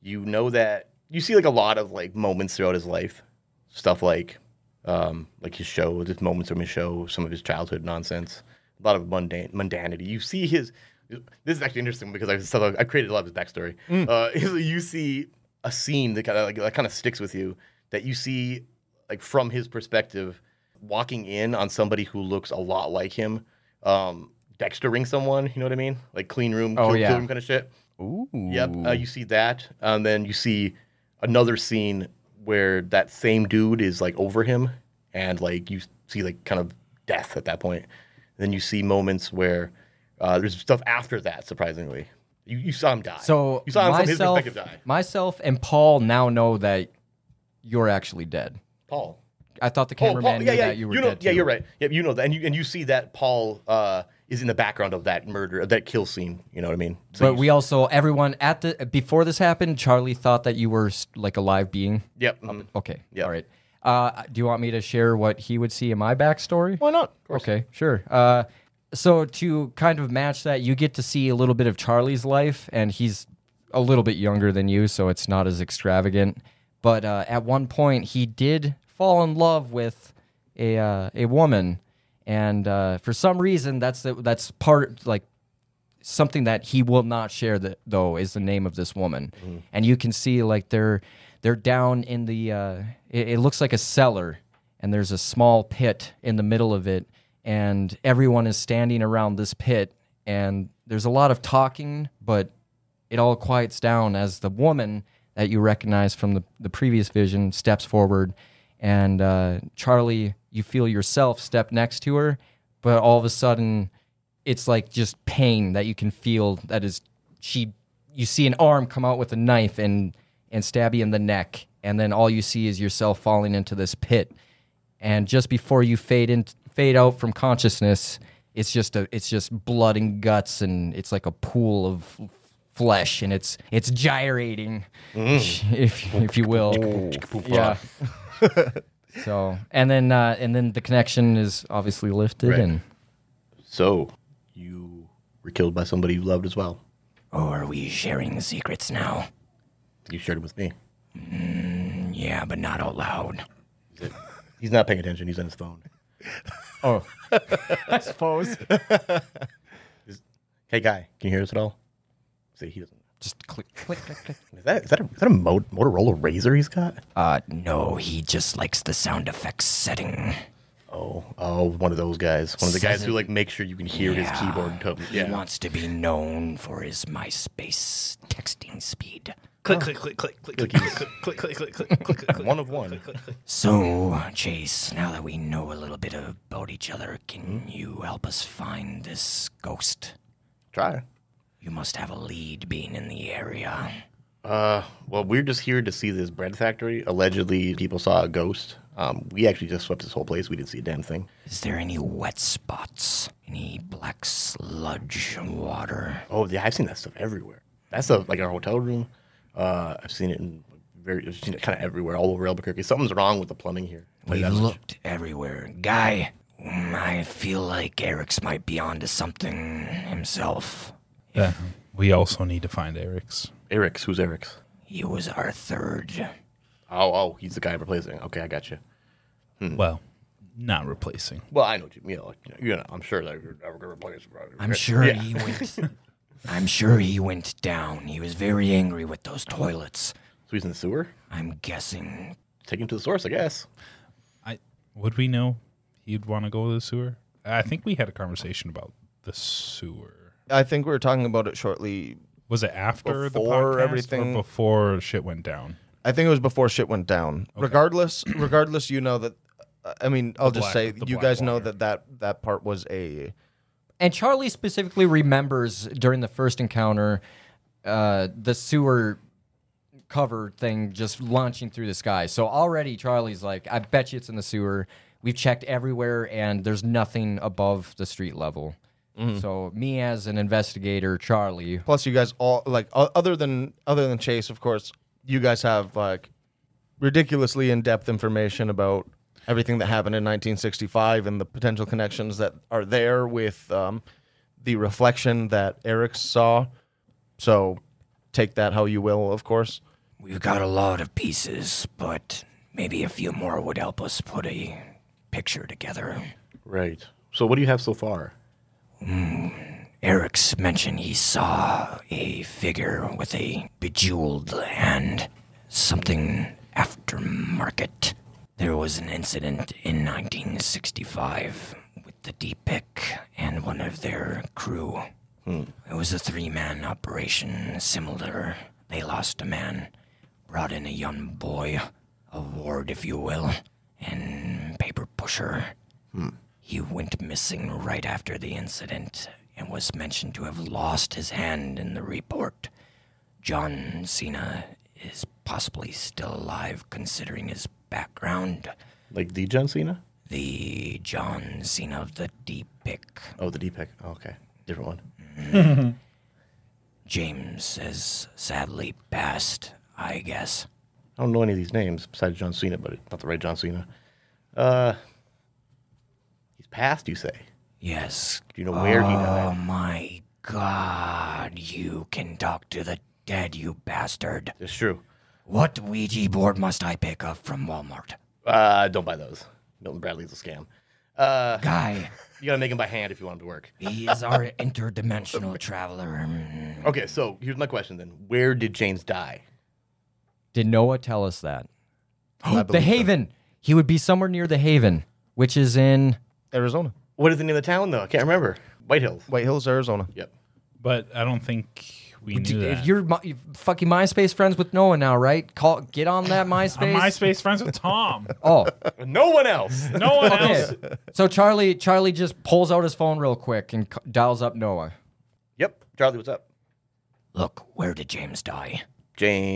Speaker 2: you know that you see like a lot of like moments throughout his life, stuff like um, like his show, just moments from his show, some of his childhood nonsense, a lot of mundane mundanity. You see his. This is actually interesting because I so I created a lot of his backstory.
Speaker 4: Mm.
Speaker 2: Uh, you see a scene that kind of like, that kind of sticks with you that you see like from his perspective, walking in on somebody who looks a lot like him, um, Dextering someone. You know what I mean? Like clean room,
Speaker 4: Oh,
Speaker 2: kill,
Speaker 4: yeah.
Speaker 2: kill room kind of shit. Yep. Uh, you see that, and then you see another scene where that same dude is like over him, and like you see like kind of death at that point. then you see moments where uh, there's stuff after that. Surprisingly, you, you saw him die.
Speaker 4: So,
Speaker 2: you saw him from
Speaker 4: myself,
Speaker 2: his perspective die.
Speaker 4: myself and Paul now know that you're actually dead.
Speaker 2: Paul.
Speaker 5: I thought the
Speaker 2: Oh,
Speaker 5: cameraman
Speaker 2: Paul. Yeah,
Speaker 5: knew
Speaker 2: yeah.
Speaker 5: that you were
Speaker 2: know,
Speaker 5: dead.
Speaker 2: yeah,
Speaker 5: too.
Speaker 2: you're right. Yeah, you know that, and you and you see that Paul uh, is in the background of that murder, of that kill scene. You know what I mean? So
Speaker 5: But
Speaker 2: you-
Speaker 5: we also everyone at the before this happened, Charlie thought that you were s- like a live being.
Speaker 2: Yep. mhm.
Speaker 5: Okay.
Speaker 2: Yeah.
Speaker 5: All right. Uh, do you want me to share what he would see in my backstory?
Speaker 2: Why not?
Speaker 5: Okay, sure. Uh, so to kind of match that, you get to see a little bit of Charlie's life, and he's a little bit younger than you, so it's not as extravagant. But uh, at one point, he did fall in love with a uh, a woman, and uh, for some reason, that's the, that's part like something that he will not share that though is the name of this woman and you can see like they're they're down in the uh it, it looks like a cellar and there's a small pit in the middle of it and everyone is standing around this pit and there's a lot of talking but it all quiets down as the woman that you recognize from the, the previous vision steps forward and uh, charlie you feel yourself step next to her but all of a sudden it's like just pain that you can feel that is she you see an arm come out with a knife and and stab you in the neck and then all you see is yourself falling into this pit and just before you fade in fade out from consciousness it's just a it's just blood and guts and it's like a pool of f- flesh and it's it's gyrating if if you will yeah so and then uh, and then the connection is obviously lifted
Speaker 2: Right.
Speaker 5: and
Speaker 2: So you were killed by somebody you loved as well.
Speaker 5: oh are we sharing the secrets now
Speaker 2: You shared it with me.
Speaker 5: yeah but not out loud
Speaker 2: He's not paying attention. He's on his phone.
Speaker 5: oh i suppose
Speaker 2: Hey, guy, can you hear us at all? See, he doesn't.
Speaker 5: just click click click click
Speaker 2: Is that is that a, is that a Mo- Motorola Razor he's got?
Speaker 5: uh no he just likes the sound effects setting
Speaker 2: Oh, oh, one of those guys. One of the guys who like make sure you can hear his keyboard tone. Yeah.
Speaker 5: He wants to be known for his MySpace texting speed.
Speaker 3: Click, click, click, click, click, click, click, click, click, click, click, click, click, click.
Speaker 2: One of one.
Speaker 5: So, Chase, now that we know a little bit about each other, can you help us find this ghost?
Speaker 2: Try.
Speaker 5: You must have a lead being in the area.
Speaker 2: Uh, well, we're just here to see this bread factory. Allegedly, people saw a ghost. Um, we actually just swept this whole place. We didn't see a damn thing.
Speaker 5: Is there any wet spots? Any black sludge and water?
Speaker 2: Oh, yeah, I've seen that stuff everywhere. That stuff, like in our hotel room, uh, I've seen it in very, I've seen it kind of everywhere, all over Albuquerque. Something's wrong with the plumbing here. Like,
Speaker 5: We've
Speaker 2: that's-
Speaker 5: looked everywhere. Guy, mm, I feel like Eric's might be onto something himself.
Speaker 3: Yeah. Uh, We also need to find Eric's.
Speaker 2: Eric's. Who's Eric's?
Speaker 5: He was our third.
Speaker 2: Oh, oh, he's the guy I'm replacing. Okay, I got you.
Speaker 3: Well, not replacing.
Speaker 2: Well, I know what you mean. You know, like, you know, I'm sure that you're never going to replace him.
Speaker 5: I'm sure he went. I'm sure he went down. He was very angry with those toilets.
Speaker 2: So he's in the sewer?
Speaker 5: I'm guessing.
Speaker 2: Take him to the source, I guess.
Speaker 3: I would we know he'd want to go to the sewer? I think we had a conversation about the sewer.
Speaker 1: I think we were talking about it shortly.
Speaker 3: Was it after the
Speaker 1: Before
Speaker 3: podcast
Speaker 1: everything-
Speaker 3: or before shit went down?
Speaker 1: I think it was before shit went down. Regardless, regardless, you know that. I mean, I'll just
Speaker 3: black-
Speaker 1: say
Speaker 3: the
Speaker 1: you
Speaker 3: black
Speaker 1: guys know
Speaker 3: water.
Speaker 1: that, that that part was a
Speaker 5: And Charlie specifically remembers during the first encounter, uh, the sewer cover thing just launching through the sky. So already Charlie's like, I bet you it's in the sewer. We've checked everywhere, and there's nothing above the street level. So me as an investigator, Charlie,
Speaker 1: plus you guys all like o- other than other than chase of course you guys have like ridiculously in-depth information about everything that happened in 1965 and the potential connections that are there with um, the reflection that eric saw so take that how you will of course
Speaker 5: We've got a lot of pieces, but maybe a few more would help us put a picture together.
Speaker 2: Right. So what do you have so far?
Speaker 5: Eric's mentioned he saw a figure with a bejeweled hand, something aftermarket. There was an incident in 1965 with the Deepic and one of their crew. It was a three man operation, similar. They lost a man, brought in a young boy, a ward, if you will, and paper pusher. He went missing right after the incident and was mentioned to have lost his hand in the report. John Cena is possibly still alive considering his background,
Speaker 2: Like the John Cena?
Speaker 5: The John Cena of the deep pick.
Speaker 2: Oh, the Deepak. Oh, okay, different one.
Speaker 5: James has sadly passed, I guess.
Speaker 2: I don't know any of these names besides John Cena, but it's not the right John Cena. Uh, he's passed. You say?
Speaker 5: Yes.
Speaker 2: Do you know where he
Speaker 5: Oh
Speaker 2: died?
Speaker 5: my god, you can talk to the dead, you bastard.
Speaker 2: It's true.
Speaker 5: What Ouija board must I pick up from Walmart?
Speaker 2: Uh, don't buy those. Milton Bradley's a scam. Uh,
Speaker 5: Guy,
Speaker 2: you gotta make them by hand if you want them to work.
Speaker 5: he is our interdimensional traveler.
Speaker 2: Okay, so here's my question then: Where did James die?
Speaker 5: Did Noah tell us that?
Speaker 1: I
Speaker 5: The
Speaker 1: believe
Speaker 5: Haven. He would be somewhere near the Haven, which is in.
Speaker 1: Arizona,
Speaker 2: What is the name of the town though? I can't remember. White Hills.
Speaker 1: White Hills, Arizona.
Speaker 2: Yep.
Speaker 3: But I don't think we knew
Speaker 5: If
Speaker 3: that.
Speaker 5: you're my, you're fucking MySpace friends with Noah now, right? Call, get on that
Speaker 3: I'm
Speaker 5: MySpace.
Speaker 3: MySpace friends with Tom.
Speaker 5: Oh,
Speaker 2: No one else.
Speaker 3: No one
Speaker 5: okay.
Speaker 3: else.
Speaker 5: so Charlie, Charlie just pulls out his phone real quick and c- dials up Noah.
Speaker 2: yep. Charlie, what's up?
Speaker 5: Look, where did James die?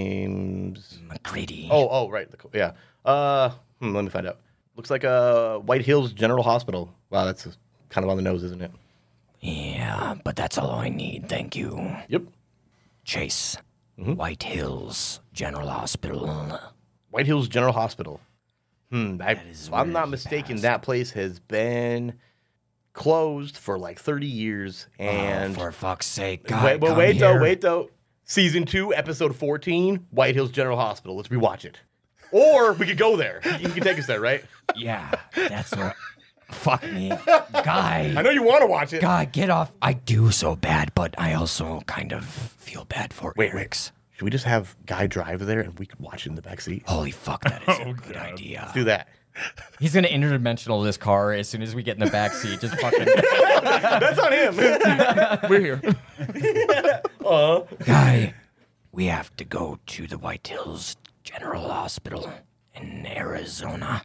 Speaker 2: James.
Speaker 5: McCready.
Speaker 2: Oh, oh, right. the co- Yeah. Uh, hmm, let me find out. Looks like uh, White Hills General Hospital. Wow, that's kind of on the nose, isn't it?
Speaker 5: Yeah, but that's all I need. Thank you.
Speaker 2: Yep.
Speaker 5: Chase, White Hills General Hospital.
Speaker 2: White Hills General Hospital. Hmm. I, if I'm not mistaken, that place has been closed for like 30 years. And
Speaker 5: Oh, For fuck's sake, God,
Speaker 2: wait, but
Speaker 5: come
Speaker 2: wait
Speaker 5: here.
Speaker 2: though, wait though. Season two, episode 14, White Hills General Hospital. Let's rewatch it. Or we could go there. You can take us there, right?
Speaker 5: Yeah, that's where. Fuck me, guy.
Speaker 2: I know you want to watch it.
Speaker 5: God, get off. I do so bad, but I also kind of feel bad for
Speaker 2: Wait, wait.
Speaker 5: Eric's.
Speaker 2: Should we just have Guy drive there and we could watch it in the back seat?
Speaker 5: Holy fuck, that is
Speaker 2: Oh,
Speaker 5: a good idea.
Speaker 2: Do that.
Speaker 5: He's gonna interdimensional this car as soon as we get in the back seat. Just fucking
Speaker 2: That's on him.
Speaker 1: We're here.
Speaker 5: guy. We have to go to the White Hills General Hospital in Arizona.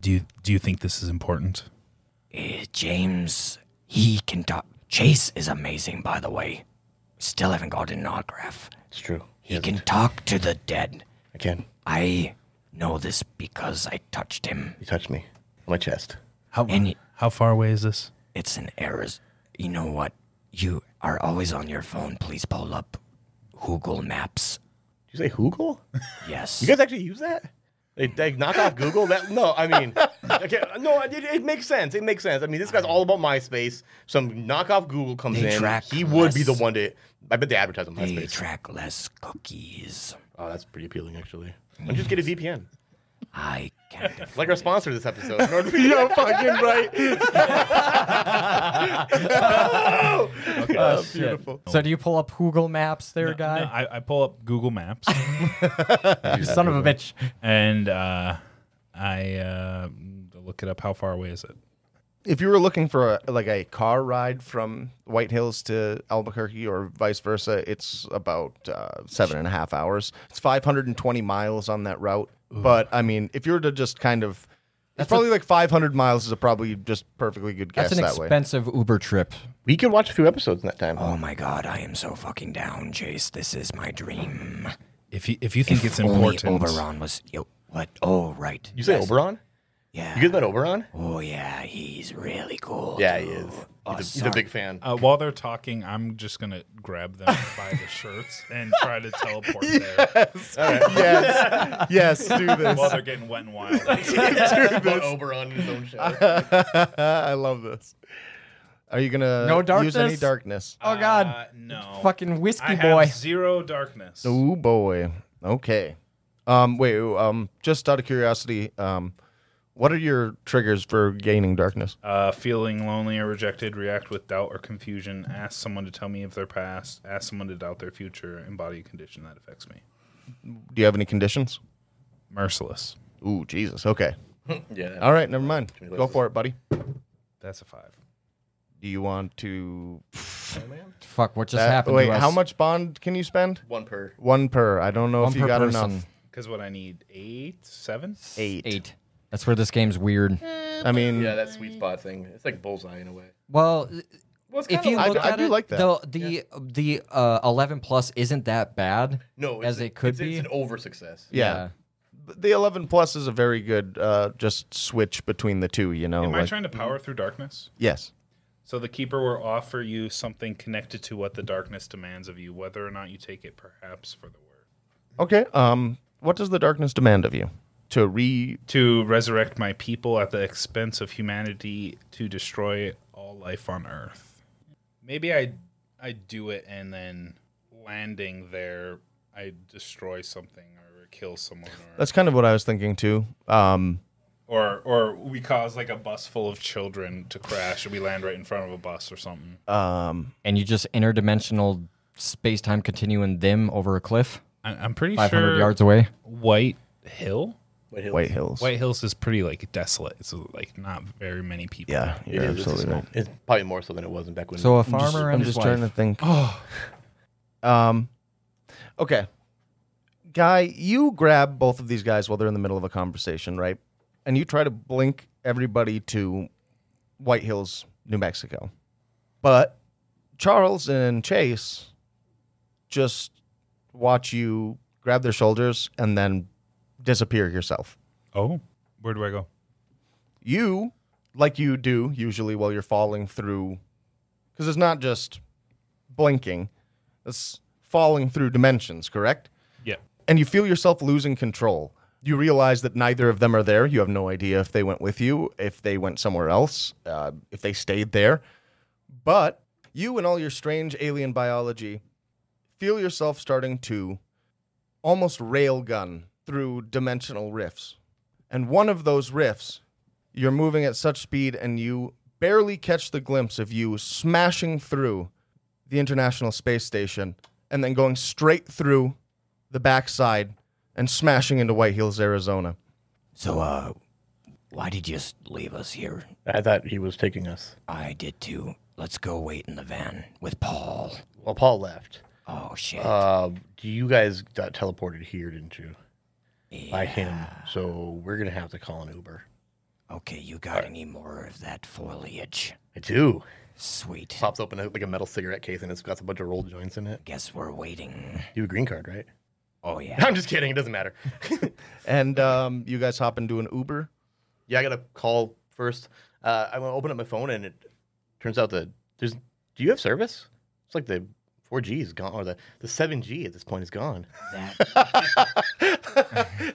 Speaker 3: Do you, do you think this is important?
Speaker 5: Eh, James, he can talk. Chase is amazing, by the way. Still haven't gotten an autograph.
Speaker 2: it's true.
Speaker 5: He can talk to the dead.
Speaker 2: I can.
Speaker 5: I know this because I touched him.
Speaker 2: You touched me on my chest.
Speaker 3: How
Speaker 5: Any-
Speaker 3: how far away is this?
Speaker 5: It's an error. You know what? You are always on your phone. Please pull up Google Maps.
Speaker 2: Did you say Google?
Speaker 5: Yes.
Speaker 2: You guys actually use that? They, they knock off Google? That no, I mean, I can't- no, it, it makes sense. It makes sense. I mean, this guy's all about MySpace. Some knockoff Google comes
Speaker 5: They
Speaker 2: in.
Speaker 5: track
Speaker 2: He would be
Speaker 5: less.
Speaker 2: the one to. I bet they advertise on
Speaker 5: they
Speaker 2: MySpace.
Speaker 5: track less cookies.
Speaker 2: oh, that's pretty appealing, actually. Why don't you just get a VPN?
Speaker 5: I can't. aff-
Speaker 2: Like our sponsor this episode.
Speaker 1: You're fucking right.
Speaker 5: Oh, beautiful. So do you pull up Google Maps there, guy?
Speaker 3: No, I, I pull up Google Maps
Speaker 5: you son of a bitch.
Speaker 3: and uh, I uh, look it up. How far away is it?
Speaker 1: if you were looking for a, like a car ride from White Hills to Albuquerque or vice versa, it's about uh, seven and a half hours. It's 520 miles on that route. But I mean, if you were to just kind of, it's probably like 500 miles is a probably just perfectly good guess
Speaker 5: That's an
Speaker 1: that way.
Speaker 5: expensive Uber trip.
Speaker 2: we could watch a few episodes in that time.
Speaker 5: Oh my god, I am so fucking down, Chase. This is my dream.
Speaker 3: If you if you think it's
Speaker 5: Only
Speaker 3: important,
Speaker 5: Oberon was. Yo, what? Oh, right.
Speaker 2: you say Oberon?
Speaker 5: Yeah.
Speaker 2: You guys met Oberon?
Speaker 5: oh, yeah, he's really cool.
Speaker 2: Yeah,
Speaker 5: dude.
Speaker 2: he is.
Speaker 5: Oh,
Speaker 2: He's a, he's a big fan.
Speaker 3: uh, while they're talking, I'm just gonna grab them by the shirts and try to teleport there
Speaker 1: yes, yes, do
Speaker 3: while
Speaker 1: this.
Speaker 3: they're getting wet and wild.
Speaker 5: Oh,
Speaker 2: Put Oberon in his own show.
Speaker 1: I love this. Are you gonna
Speaker 5: No
Speaker 1: use any
Speaker 5: darkness?
Speaker 1: darkness?
Speaker 5: Oh, God.
Speaker 3: Uh, no,
Speaker 5: Fucking
Speaker 3: I
Speaker 5: whiskey
Speaker 3: have
Speaker 5: boy.
Speaker 3: zero darkness.
Speaker 1: Oh boy. Okay. Um, wait. Um, just out of curiosity, um, what are your triggers for gaining darkness?
Speaker 3: Uh, feeling lonely or rejected, react with doubt or confusion, ask someone to tell me of their past, ask someone to doubt their future, and body a condition that affects me.
Speaker 1: Do you have any conditions?
Speaker 3: Merciless.
Speaker 1: Ooh, Jesus. Okay.
Speaker 2: yeah.
Speaker 1: All right. Never mind. Go for it, buddy.
Speaker 3: That's a five.
Speaker 1: Do you want to?
Speaker 5: Fuck, what just
Speaker 1: Uh,
Speaker 5: happened
Speaker 1: wait.
Speaker 5: to us?
Speaker 1: How much bond can you spend?
Speaker 2: One per.
Speaker 1: One per. I don't know
Speaker 5: One
Speaker 1: if you
Speaker 5: per
Speaker 1: got
Speaker 5: person.
Speaker 1: enough.
Speaker 3: Because what I need eight, seven.
Speaker 1: Eight.
Speaker 5: Eight. That's where this game's weird.
Speaker 1: I mean,
Speaker 2: Yeah, that sweet spot thing. It's like bullseye in a way.
Speaker 5: Well,
Speaker 2: Well, it's
Speaker 5: if
Speaker 2: kinda
Speaker 5: you
Speaker 1: I-
Speaker 5: look
Speaker 1: I
Speaker 5: at
Speaker 1: do
Speaker 5: it,
Speaker 1: like
Speaker 5: the
Speaker 1: that.
Speaker 5: the the uh, eleven plus isn't that bad.
Speaker 2: No,
Speaker 5: as
Speaker 2: a-
Speaker 5: it could
Speaker 2: it's, It's
Speaker 5: be.
Speaker 2: an over success.
Speaker 1: yeah. the 11 plus is a very good uh, just switch between the two. You know,
Speaker 3: Am I
Speaker 1: like-
Speaker 3: trying to power through darkness?
Speaker 1: yes.
Speaker 3: So the keeper will offer you something connected to what the darkness demands of you, whether or not you take it, perhaps for the word.
Speaker 1: Okay. Um, what does the darkness demand of you? To re
Speaker 3: To resurrect my people at the expense of humanity, to destroy all life on Earth. Maybe I, I do it, and then landing there, I destroy something or kill someone, or
Speaker 1: That's kind of what I was thinking too. Um,
Speaker 3: or, or we cause like a bus full of children to crash, and we land right in front of a bus or something.
Speaker 1: um,
Speaker 4: and you just interdimensional space time continuing them over a cliff
Speaker 3: I, I'm pretty
Speaker 4: 500
Speaker 3: sure
Speaker 4: yards away.
Speaker 3: White Hill.
Speaker 1: White Hills.
Speaker 3: White Hills is pretty like desolate. It's like not very many people.
Speaker 1: Yeah,
Speaker 2: It
Speaker 1: you're
Speaker 2: is, it's a
Speaker 1: absolutely
Speaker 2: small-
Speaker 1: right.
Speaker 2: It's probably more so than it was in back when.
Speaker 4: So a farmer and
Speaker 1: I'm
Speaker 4: his
Speaker 1: just
Speaker 4: wife.
Speaker 1: trying to think. um, okay, guy, you grab both of these guys while they're in the middle of a conversation, right? And you try to blink everybody to White Hills, New Mexico, but Charles and Chase just watch you grab their shoulders and then disappear yourself.
Speaker 3: Oh, where do I go?
Speaker 1: you, like you do usually while you're falling through, because it's not just blinking, it's falling through dimensions, correct?
Speaker 3: Yeah.
Speaker 1: And you feel yourself losing control. You realize that neither of them are there. You have no idea if they went with you, if they went somewhere else, uh, if they stayed there. But you and all your strange alien biology feel yourself starting to almost railgun through dimensional rifts. And one of those rifts, you're moving at such speed and you barely catch the glimpse of you smashing through the International Space Station and then going straight through the backside and smashing into White Hills, Arizona.
Speaker 5: So, uh, why did you just leave us here?
Speaker 2: I thought he was taking us.
Speaker 5: I did too. Let's go wait in the van with Paul.
Speaker 2: Well, Paul left.
Speaker 5: Oh, shit.
Speaker 2: Uh, you guys got teleported here, didn't you? By him. So we're gonna have to call an Uber.
Speaker 5: okay, you got any more of that foliage?
Speaker 2: I do.
Speaker 5: Sweet.
Speaker 2: Pops open a, like a metal cigarette case and it's got a bunch of rolled joints in it.
Speaker 5: Guess we're waiting.
Speaker 2: You have a green card, right?
Speaker 5: Oh, yeah.
Speaker 2: I'm just kidding. It doesn't matter.
Speaker 1: And um, you guys hop into an Uber.
Speaker 2: yeah, I got a call first. Uh, I want to open up my phone and it turns out that there's. Do you have service? It's like the 4G is gone, or the, the 7G at this point is gone.
Speaker 5: That,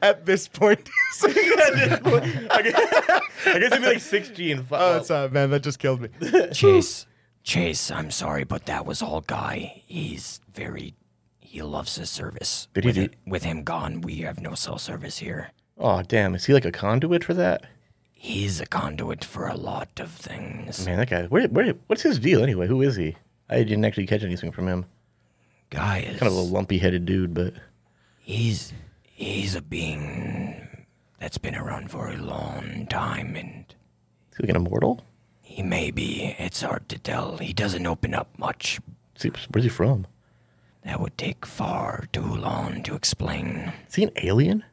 Speaker 1: At this point,
Speaker 2: I guess I guess it'd be like 6G and five.
Speaker 1: oh, sorry, man, that just killed me.
Speaker 5: Chase, Chase, I'm sorry, but that was all Guy. He's very. He loves his service.
Speaker 2: Did he
Speaker 5: with,
Speaker 2: do-
Speaker 5: it- with him gone, we have no cell service here.
Speaker 2: oh, damn. Is he like a conduit for that?
Speaker 5: He's a conduit for a lot of things.
Speaker 2: Man, that guy. Where, where, what's his deal anyway? Who is he? I didn't actually catch anything from him.
Speaker 5: Guy is.
Speaker 2: Kind of a lumpy headed dude, but
Speaker 5: He's he's a being that's been around for a long time, and
Speaker 2: is he like an immortal?
Speaker 5: he may be. It's hard to tell. He doesn't open up much.
Speaker 2: Is he- where's he from?
Speaker 5: That would take far too long to explain.
Speaker 2: Is he an alien?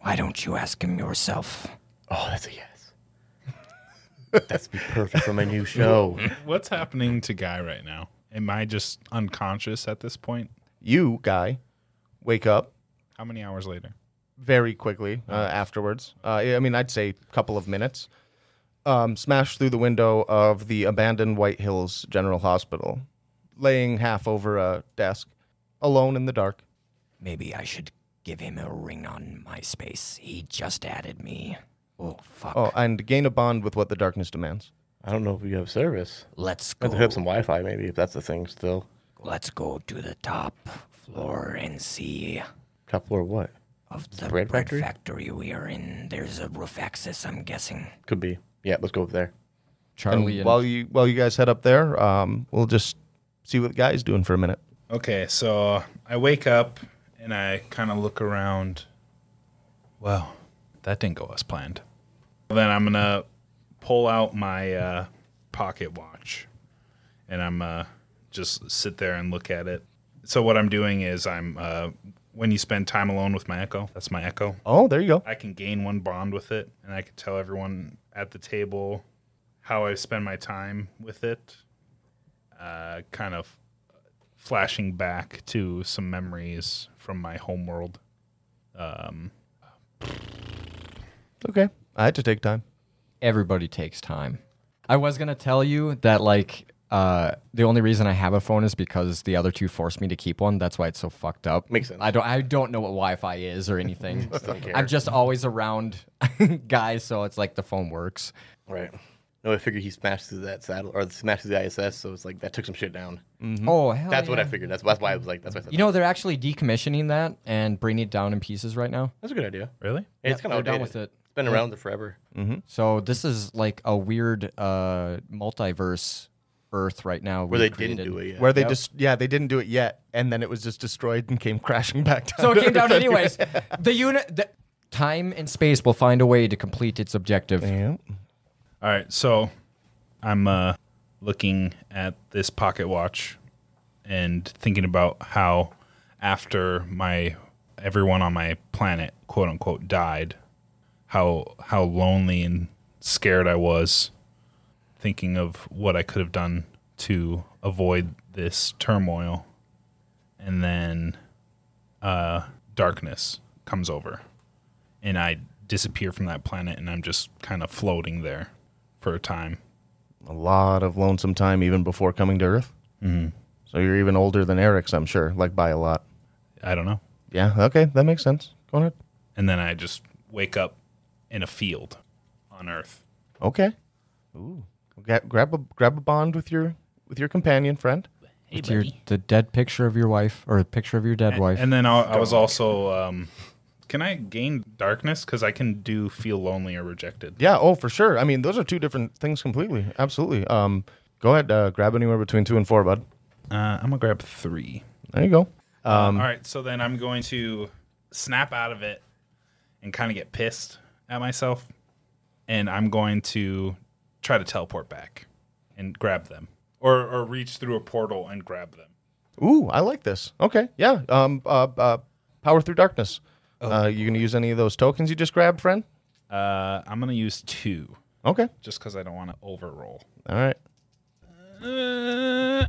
Speaker 5: Why don't you ask him yourself?
Speaker 2: Oh, that's a yes. that's be perfect for my new show.
Speaker 3: What's happening to Guy right now? Am I just unconscious at this point?
Speaker 1: You, guy, wake up
Speaker 3: How many hours later?
Speaker 1: very quickly uh, afterwards. Uh, I mean, I'd say a couple of minutes. Um, smashed through the window of the abandoned White Hills General Hospital, laying half over a desk, alone in the dark.
Speaker 5: Maybe I should give him a ring on MySpace. He just added me. Oh fuck!
Speaker 1: Oh, and gain a bond with what the darkness demands.
Speaker 2: I don't know if you have service.
Speaker 5: Let's
Speaker 2: I have
Speaker 5: go.
Speaker 2: to hook up some Wi Fi, maybe, if that's the thing still.
Speaker 5: Let's go to the top floor and see
Speaker 2: Top floor, what?
Speaker 5: of the
Speaker 2: bread
Speaker 5: bread,
Speaker 2: factory?
Speaker 5: factory we are in. There's a roof access. I'm guessing.
Speaker 2: Could be. Yeah, let's go over there.
Speaker 4: Charlie and,
Speaker 1: While you while you guys head up there, um, we'll just see what the guy's doing for a minute.
Speaker 3: Okay, so I wake up and I kind of look around. Wow, that didn't go as planned. Then I'm gonna pull out my uh, pocket watch, and I'm uh, just sit there and look at it. So what I'm doing is I'm uh, when you spend time alone with my Echo, that's my Echo.
Speaker 1: Oh, there you go.
Speaker 3: I can gain one bond with it, and I can tell everyone at the table how I spend my time with it. Uh, kind of flashing back to some memories from my homeworld. Um,
Speaker 1: okay. I had to take time.
Speaker 4: everybody takes time. I was gonna tell you that like uh, the only reason I have a phone is because the other two forced me to keep one. That's why it's so fucked up.
Speaker 2: Makes sense.
Speaker 4: I don't I don't know what Wi-Fi is or anything. I'm just always around guys, so it's like the phone works.
Speaker 2: Right. No, I figured he smashed through that saddle or smashed through the ISS, so it's like that took some shit down.
Speaker 4: Oh hell,
Speaker 2: Mm-hmm. That's what
Speaker 4: yeah.
Speaker 2: I figured. That's, that's why I was like, that's why I said
Speaker 4: You know they're actually decommissioning that and bringing it down in pieces right now.
Speaker 2: that's a good idea.
Speaker 3: Really?
Speaker 2: And it's kind
Speaker 4: they're
Speaker 2: of
Speaker 4: done
Speaker 2: done
Speaker 4: with it.
Speaker 2: It's been around forever.
Speaker 4: So this is like a weird uh, multiverse Earth right now
Speaker 2: Where they didn't do it yet.
Speaker 1: Where they just yeah they didn't do it yet, and then it was just destroyed and came crashing back down.
Speaker 4: So it came down
Speaker 1: to Earth.
Speaker 4: anyways. The unit, the, time and space will find a way to complete its objective.
Speaker 1: Yeah.
Speaker 3: All right, so I'm uh, looking at this pocket watch and thinking about how after my everyone on my planet, quote unquote, died, how how lonely and scared I was thinking of what I could have done to avoid this turmoil. And then uh, darkness comes over and I disappear from that planet and I'm just kind of floating there for a time.
Speaker 1: A lot of lonesome time even before coming to Earth. So you're even older than Eric's, I'm sure, like by a lot.
Speaker 3: I don't know.
Speaker 1: Yeah. Okay, that makes sense. Go ahead.
Speaker 3: And then I just wake up in a field on Earth.
Speaker 1: Okay. Ooh. Gra- grab a grab a bond with your with your companion friend.
Speaker 4: It's your, the dead picture of your wife or a picture of your dead wife.
Speaker 3: And then I, I was also, um, can I gain darkness? Because I can do feel lonely or rejected.
Speaker 1: Yeah. Oh, for sure. I mean, those are two different things completely. Absolutely. Um, go ahead. Uh, grab anywhere between two and four, bud.
Speaker 3: Uh, I'm going to grab three.
Speaker 1: There you go.
Speaker 3: All right. So then I'm going to snap out of it and kind of get pissed at myself. And I'm going to try to teleport back and grab them or, or reach through a portal and grab them.
Speaker 1: Ooh, I like this. Okay. Yeah. Um. Uh. uh power through darkness. Uh, you gonna use any of those tokens you just grabbed, friend?
Speaker 3: Uh, I'm gonna use two
Speaker 1: Okay.
Speaker 3: just because I don't want to overroll.
Speaker 1: All right.
Speaker 3: Uh,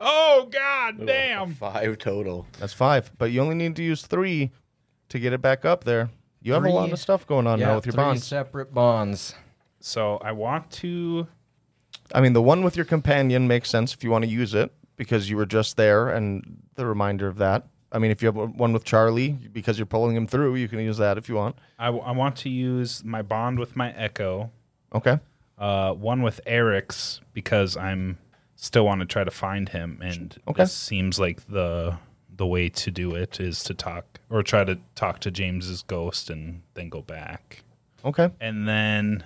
Speaker 3: oh God, damn!
Speaker 2: Five total.
Speaker 1: That's five. But you only need to use three to get it back up there. You have a lot
Speaker 4: Three.
Speaker 1: of stuff going on now with your
Speaker 4: three
Speaker 1: bonds.
Speaker 4: separate bonds.
Speaker 3: So I want to.
Speaker 1: I mean, the one with your companion makes sense if you want to use it because you were just there and the reminder of that. I mean, if you have one with Charlie because you're pulling him through, you can use that if you want.
Speaker 3: I, w- I want to use my bond with my Echo.
Speaker 1: Okay.
Speaker 3: Uh, one with Eric's because I'm still want to try to find him, and
Speaker 1: Okay.
Speaker 3: this seems like the the way to do it is to talk or try to talk to James's ghost and then go back.
Speaker 1: Okay.
Speaker 3: And then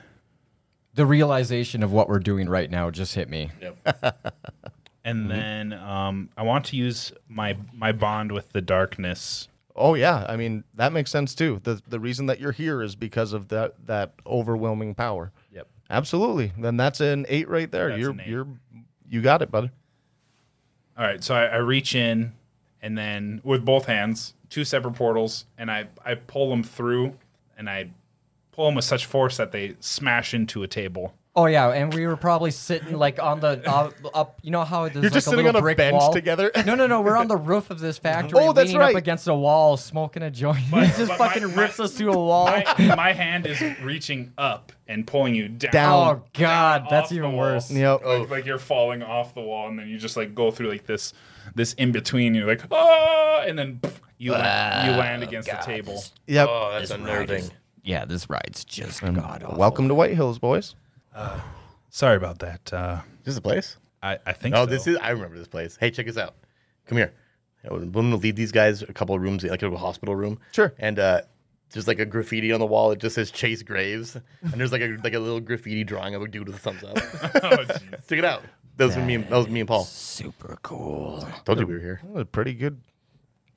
Speaker 4: The realization of what we're doing right now just hit me.
Speaker 3: and then um, I want to use my my bond with the darkness
Speaker 1: Oh yeah, I mean that makes sense too. The the reason that you're here is because of that that overwhelming power.
Speaker 3: Yep.
Speaker 1: Absolutely. Then that's an 8 right there.
Speaker 3: That's
Speaker 1: you're
Speaker 3: an eight.
Speaker 1: you're you got it, buddy.
Speaker 3: All right, so I, I reach in and then with both hands, two separate portals, and I I pull them through, and I pull them with such force that they smash into a table.
Speaker 4: Oh yeah, and we were probably sitting like on the uh, up. You know how there's like
Speaker 1: just
Speaker 4: a
Speaker 1: sitting
Speaker 4: little
Speaker 1: on a
Speaker 4: brick
Speaker 1: bench
Speaker 4: wall?
Speaker 1: together?
Speaker 4: No, no, no. We're on the roof of this factory.
Speaker 1: Oh, that's
Speaker 4: leaning
Speaker 1: right.
Speaker 4: Up against a wall, smoking a joint.
Speaker 3: But-
Speaker 4: He just
Speaker 3: but my-
Speaker 4: fucking
Speaker 3: my-
Speaker 4: rips us to a wall.
Speaker 3: My, my hand is reaching up and pulling you down.
Speaker 4: oh god,
Speaker 3: down off
Speaker 4: that's
Speaker 3: the
Speaker 4: even
Speaker 3: wall.
Speaker 4: worse.
Speaker 1: Yep.
Speaker 3: Like, like you're falling off the wall, and then you just like go through like this this in between. You're like oh, and then pff, you land, you land against the table.
Speaker 1: Yep.
Speaker 3: Uh,
Speaker 2: Oh, that's unnerving.
Speaker 5: Yeah, this ride's just god awful.
Speaker 1: Welcome to White Hills, boys.
Speaker 3: Sorry about that. Uh,
Speaker 2: Is this the place?
Speaker 3: I I think
Speaker 2: Oh,
Speaker 3: so.
Speaker 2: this is. I remember this place. Hey, check this out. Come here. I was- I'm going to lead these guys a couple of rooms, like a hospital room.
Speaker 1: Sure.
Speaker 2: And uh, there's like a graffiti on the wall. It just says Chase Graves, and there's like a like a little graffiti drawing of a dude with a thumbs up.
Speaker 3: Oh, jeez.
Speaker 2: check it out. That was me. And, that was me and Paul.
Speaker 5: Super cool.
Speaker 2: Told you we were here.
Speaker 1: That was a pretty good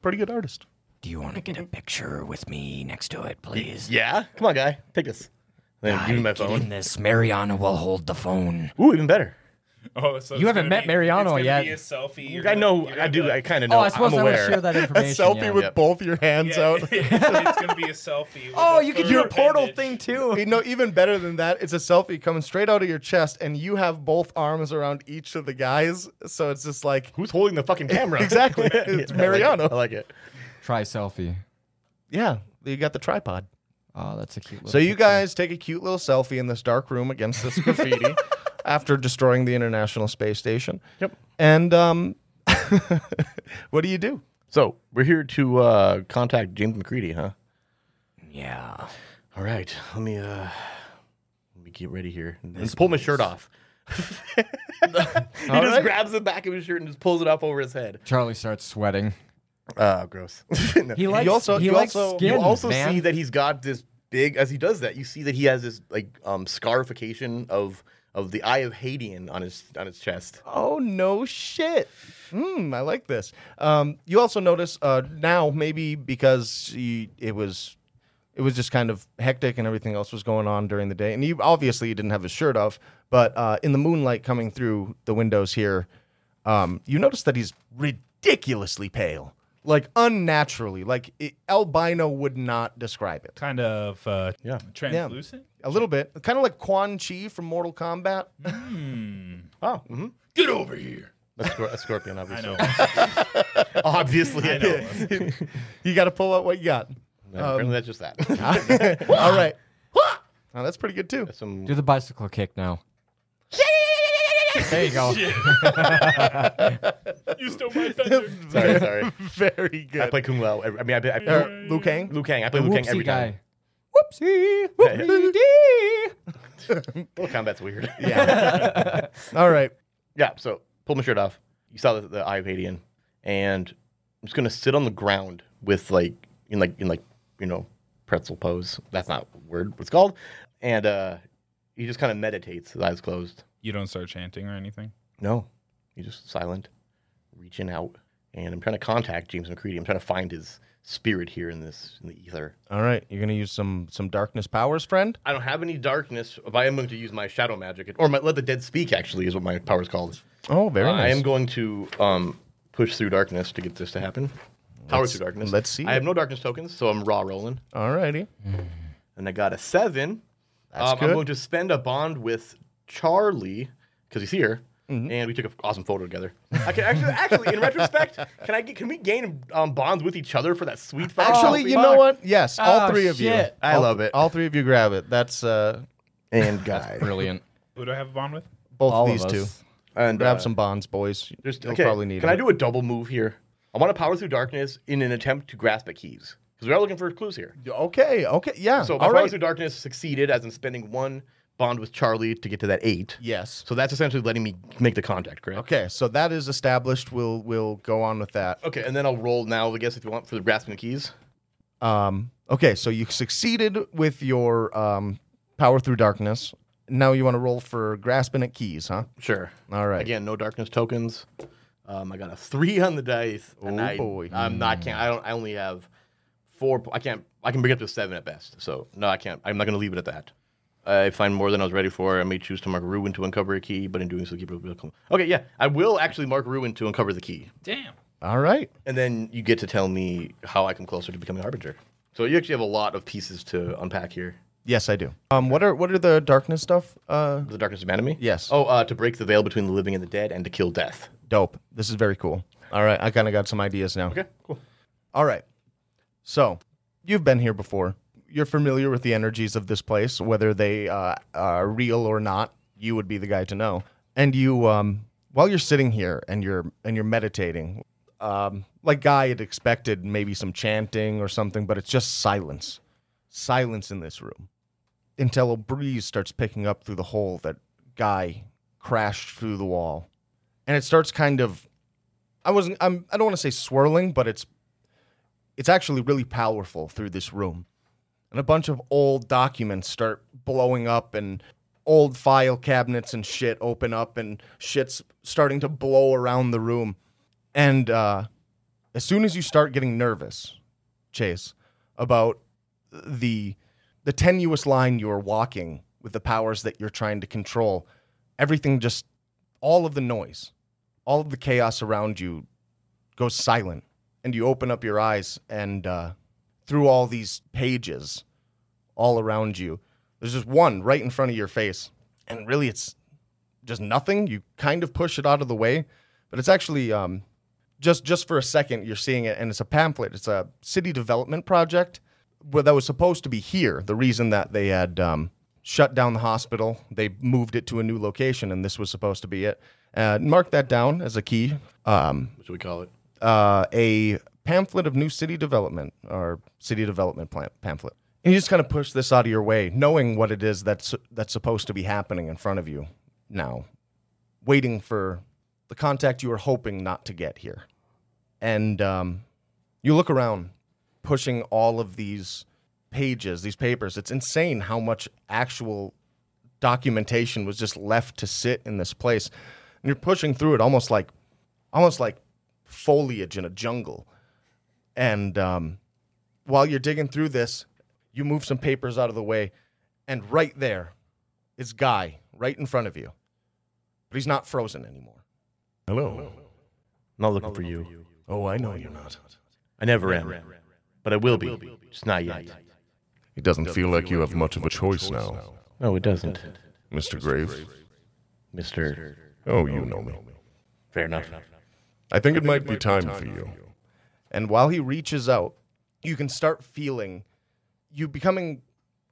Speaker 1: pretty good artist.
Speaker 5: Do you want to get a picture with me next to it, please?
Speaker 2: Yeah. Come on, guy. Take this. And then give me my
Speaker 5: Get in
Speaker 2: phone.
Speaker 5: this. Mariana will hold the phone.
Speaker 2: Ooh, even better.
Speaker 3: Oh, so
Speaker 4: You
Speaker 3: it's
Speaker 4: haven't
Speaker 3: gonna
Speaker 4: met
Speaker 3: be-
Speaker 4: Mariano
Speaker 3: it's gonna
Speaker 4: yet.
Speaker 3: Be a selfie. You're
Speaker 2: I
Speaker 3: gonna-
Speaker 2: know.
Speaker 3: you're
Speaker 2: I
Speaker 3: gonna
Speaker 2: do.
Speaker 3: like-
Speaker 2: I kind of
Speaker 4: Oh,
Speaker 2: know.
Speaker 4: I suppose
Speaker 2: I'm
Speaker 4: I would
Speaker 2: aware.
Speaker 4: share that
Speaker 1: A
Speaker 4: information.
Speaker 1: selfie
Speaker 4: yeah.
Speaker 1: with
Speaker 2: Yep.
Speaker 1: both your hands
Speaker 3: Yeah,
Speaker 1: out.
Speaker 3: it's gonna be a selfie. with
Speaker 4: Oh,
Speaker 3: a
Speaker 4: you could
Speaker 3: third
Speaker 4: do a portal
Speaker 3: appendage.
Speaker 4: thing too.
Speaker 1: You know, even better than that, it's a selfie coming straight out of your chest, and you have both arms around each of the guys. So it's just like,
Speaker 2: Who's holding the fucking camera?
Speaker 1: Exactly. It's
Speaker 2: I like it.
Speaker 1: Mariano.
Speaker 2: I like it.
Speaker 4: Try selfie.
Speaker 1: yeah, you got the tripod.
Speaker 4: Oh, that's a cute.
Speaker 1: So
Speaker 4: Little
Speaker 1: you guys take a cute little selfie in this dark room against this graffiti after destroying the International Space Station. Yep. And um, what do you do?
Speaker 2: So we're here to uh, contact James McCready, huh?
Speaker 5: Yeah.
Speaker 2: All right, let me uh, let me get ready here. And just pull my shirt off. he just grabs the back of his shirt and just pulls it up over his head.
Speaker 4: Charlie starts sweating.
Speaker 2: Oh, gross. No.
Speaker 4: He likes.
Speaker 1: also-
Speaker 4: he
Speaker 1: you
Speaker 4: likes
Speaker 1: also- you
Speaker 4: skin.
Speaker 2: you also
Speaker 4: man.
Speaker 2: see that he's got this big as he does that. You see that he has this like um, scarification of of the Eye of Hadian on his on his chest.
Speaker 1: Oh no shit. Hmm, I like this. Um, you also notice uh, now maybe because you, it was it was just kind of hectic and everything else was going on during the day, and you obviously you didn't have his shirt off, but uh, in the moonlight coming through the windows here, um, you notice that he's ridiculously pale, like unnaturally, like it, albino would not describe it.
Speaker 3: Kind of uh,
Speaker 2: Yeah.
Speaker 3: translucent.
Speaker 1: A little bit, kind of like Quan Chi from Mortal Kombat.
Speaker 2: Oh, mm-hmm.
Speaker 3: Get over here.
Speaker 2: a, scor- a scorpion,
Speaker 3: I
Speaker 2: obviously.
Speaker 3: know.
Speaker 2: Obviously,
Speaker 3: I know.
Speaker 1: You got to pull out what you got.
Speaker 2: No, apparently, that's just that.
Speaker 1: All right. Oh, that's pretty good too.
Speaker 2: Some
Speaker 4: Do the bicycle kick now. there you go.
Speaker 3: you stole my thunder.
Speaker 2: sorry, sorry.
Speaker 1: Very good.
Speaker 2: I play Kung Lao. every- I mean, I play, I
Speaker 1: Uh,
Speaker 2: play
Speaker 1: Liu Kang.
Speaker 2: Liu Kang. I play Liu Kang every
Speaker 4: Whoopsie
Speaker 2: time.
Speaker 4: guy. Whoopsie. Whoopsie dee.
Speaker 2: Mortal Kombat's weird.
Speaker 1: All right.
Speaker 2: Yeah, so pull my shirt off. You saw the, the Eye of Hadian, and I'm just gonna sit on the ground with like in like in like you know pretzel pose. That's not a word. What's called? And uh he just kind of meditates, his eyes closed.
Speaker 3: You don't start chanting or anything.
Speaker 2: No, he's just silent, reaching out. And I'm trying to contact James McCready. I'm trying to find his spirit here in this in the ether.
Speaker 1: All right. You're gonna use some some darkness powers, friend.
Speaker 2: I don't have any darkness, but I am going to use my shadow magic, or my let the dead speak. Actually, is what my power is called.
Speaker 1: Oh, very
Speaker 2: I am going to um, push through darkness to get this to happen. Power through darkness.
Speaker 1: let's see
Speaker 2: I have
Speaker 1: it.
Speaker 2: no darkness tokens, so I'm raw rolling,
Speaker 1: All righty.
Speaker 2: and I got a seven. That's
Speaker 1: good.
Speaker 2: I'm going to spend a bond with Charlie because he's here,
Speaker 1: Mm-hmm.
Speaker 2: and we took an awesome photo together. I can actually, actually, in retrospect, can I get, can we gain um, bonds with each other for that sweet? Oh, photo?
Speaker 1: Actually, you know what? Yes, all
Speaker 4: Oh,
Speaker 1: three of
Speaker 4: shit.
Speaker 1: you.
Speaker 2: I
Speaker 1: All-
Speaker 2: love it.
Speaker 1: All three of you grab it. That's uh,
Speaker 2: And guy,
Speaker 4: Brilliant.
Speaker 3: Who do I have a bond with?
Speaker 1: both
Speaker 4: All
Speaker 1: of these
Speaker 4: of
Speaker 1: two.
Speaker 4: us.
Speaker 2: and
Speaker 1: Grab
Speaker 2: uh,
Speaker 1: some bonds, boys.
Speaker 2: There's,
Speaker 1: You'll
Speaker 2: okay,
Speaker 1: probably need
Speaker 2: Can
Speaker 1: it.
Speaker 2: I do a double move here? I want to power through darkness in an attempt to grasp at keys because we are looking for clues here.
Speaker 1: Okay. Okay. Yeah.
Speaker 2: So my
Speaker 1: all
Speaker 2: power
Speaker 1: right.
Speaker 2: through darkness succeeded, as in spending one bond with Charlie to get to that eight.
Speaker 1: yes.
Speaker 2: So that's essentially letting me make the contact, correct?
Speaker 1: Okay. So that is established. We'll we'll go on with that.
Speaker 2: Okay, and then I'll roll now, I guess, if you want, for the grasping the keys.
Speaker 1: Um, okay, so you succeeded with your um, power through darkness. Now you want to roll for grasping at keys, huh?
Speaker 2: Sure.
Speaker 1: All right.
Speaker 2: Again, no darkness tokens. Um, I got a three on the dice. and
Speaker 1: Oh,
Speaker 2: I,
Speaker 1: boy.
Speaker 2: I'm not. Can't. I don't. I only have four. po- I can't. I can bring it up to a seven at best. So no, I can't. I'm not going to leave it at that. I find more than I was ready for. I may choose to mark Ruin to uncover a key, but in doing so, keep it. Okay, yeah, I will actually mark Ruin to uncover the key,
Speaker 3: Damn.
Speaker 1: All right.
Speaker 2: and then you get to tell me how I come closer to becoming Harbinger. So you actually have a lot of pieces to unpack here.
Speaker 1: Yes, I do. Um, what are what are the darkness stuff? Uh,
Speaker 2: The darkness of enemy.
Speaker 1: Yes.
Speaker 2: Oh, uh, to break the veil between the living and the dead, and to kill death.
Speaker 1: dope. This is very cool. All right, I kind of got some ideas now.
Speaker 2: Okay, cool.
Speaker 1: All right. So you've been here before. You're familiar with the energies of this place, whether they uh, are real or not. You would be the guy to know. And you, um, while you're sitting here and you're and you're meditating, um, like Guy had expected, maybe some chanting or something, but it's just silence, silence in this room, until a breeze starts picking up through the hole that Guy crashed through the wall, and it starts kind of. I wasn't. I'm. I don't want to say swirling, but it's it's actually really powerful through this room. And a bunch of old documents start blowing up and old file cabinets and shit open up and shit's starting to blow around the room. And uh, as soon as you start getting nervous, Chase, about the the tenuous line you're walking with the powers that you're trying to control, everything just all of the noise, all of the chaos around you goes silent and you open up your eyes and uh, through all these pages all around you there's just one right in front of your face and really it's just nothing you kind of push it out of the way but it's actually um, just just for a second you're seeing it and it's a pamphlet it's a city development project well, that was supposed to be here. The reason that they had um, shut down the hospital, they moved it to a new location, and this was supposed to be it. Uh, mark that down as a key. Um,
Speaker 2: What should we call it?
Speaker 1: uh, a pamphlet of new city development or city development plan- pamphlet. And you just kind of push this out of your way, knowing what it is that's that's supposed to be happening in front of you now, waiting for the contact you were hoping not to get here. And um, you look around, pushing all of these pages, these papers. It's insane how much actual documentation was just left to sit in this place. And you're pushing through it almost like almost like foliage in a jungle. And um, while you're digging through this, you move some papers out of the way, and right there is Guy right in front of you. But he's not frozen anymore.
Speaker 2: Hello. Not looking, for, you.
Speaker 1: Oh, I know you're not.
Speaker 2: I never, am. But I will, be. Just not yet.
Speaker 6: It doesn't feel like you have much of a choice now,
Speaker 2: No, it doesn't.
Speaker 6: Mr. Grave.
Speaker 2: Mr.
Speaker 6: Oh, you know me.
Speaker 2: Fair enough.
Speaker 6: I think it might be time for you.
Speaker 1: And while he reaches out, you can start feeling you becoming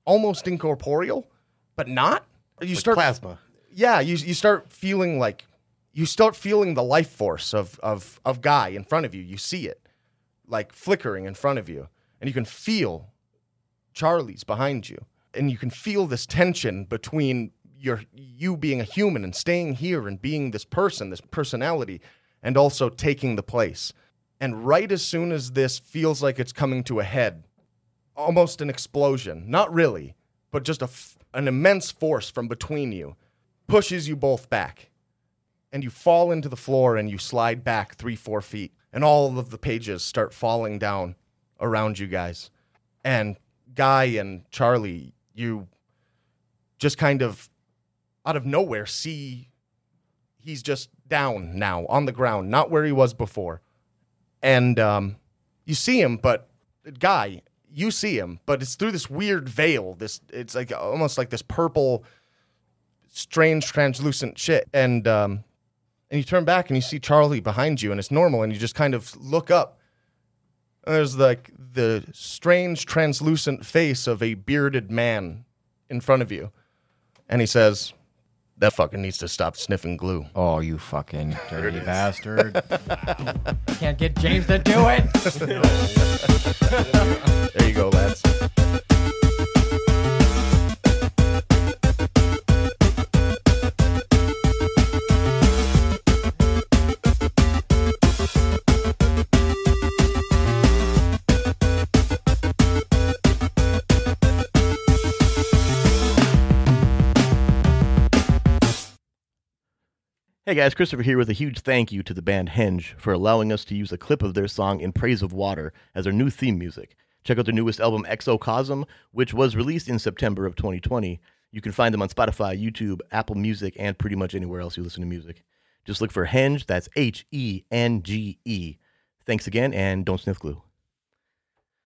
Speaker 1: almost incorporeal, but not. You start
Speaker 2: Plasma.
Speaker 1: yeah, you you start feeling like you start feeling the life force of of of guy in front of you. You see it like flickering in front of you, and you can feel Charlie's behind you, and you can feel this tension between your you being a human and staying here and being this person, this personality, and also taking the place. And right as soon as this feels like it's coming to a head, almost an explosion, not really, but just a f- an immense force from between you pushes you both back. And you fall into the floor and you slide back three, four feet. And all of the pages start falling down around you guys. And Guy and Charlie, you just kind of out of nowhere see he's just down now on the ground, not where he was before. And um, you see him, but Guy, you see him, but it's through this weird veil. This it's like almost like this purple strange translucent shit and um and you turn back and you see charlie behind you and it's normal and you just kind of look up and there's like the strange translucent face of a bearded man in front of you and he says that fucking needs to stop sniffing glue
Speaker 4: Oh, you fucking dirty bastard. Can't get James to do it.
Speaker 1: there you go lads
Speaker 2: Hey guys, Christopher here with a huge thank you to the band Henge for allowing us to use a clip of their song In Praise of Water as our new theme music. Check out their newest album, Exocosm, which was released in September of 2020. You can find them on Spotify, YouTube, Apple Music, and pretty much anywhere else you listen to music. Just look for Henge, that's H E N G E. Thanks again, and don't sniff glue.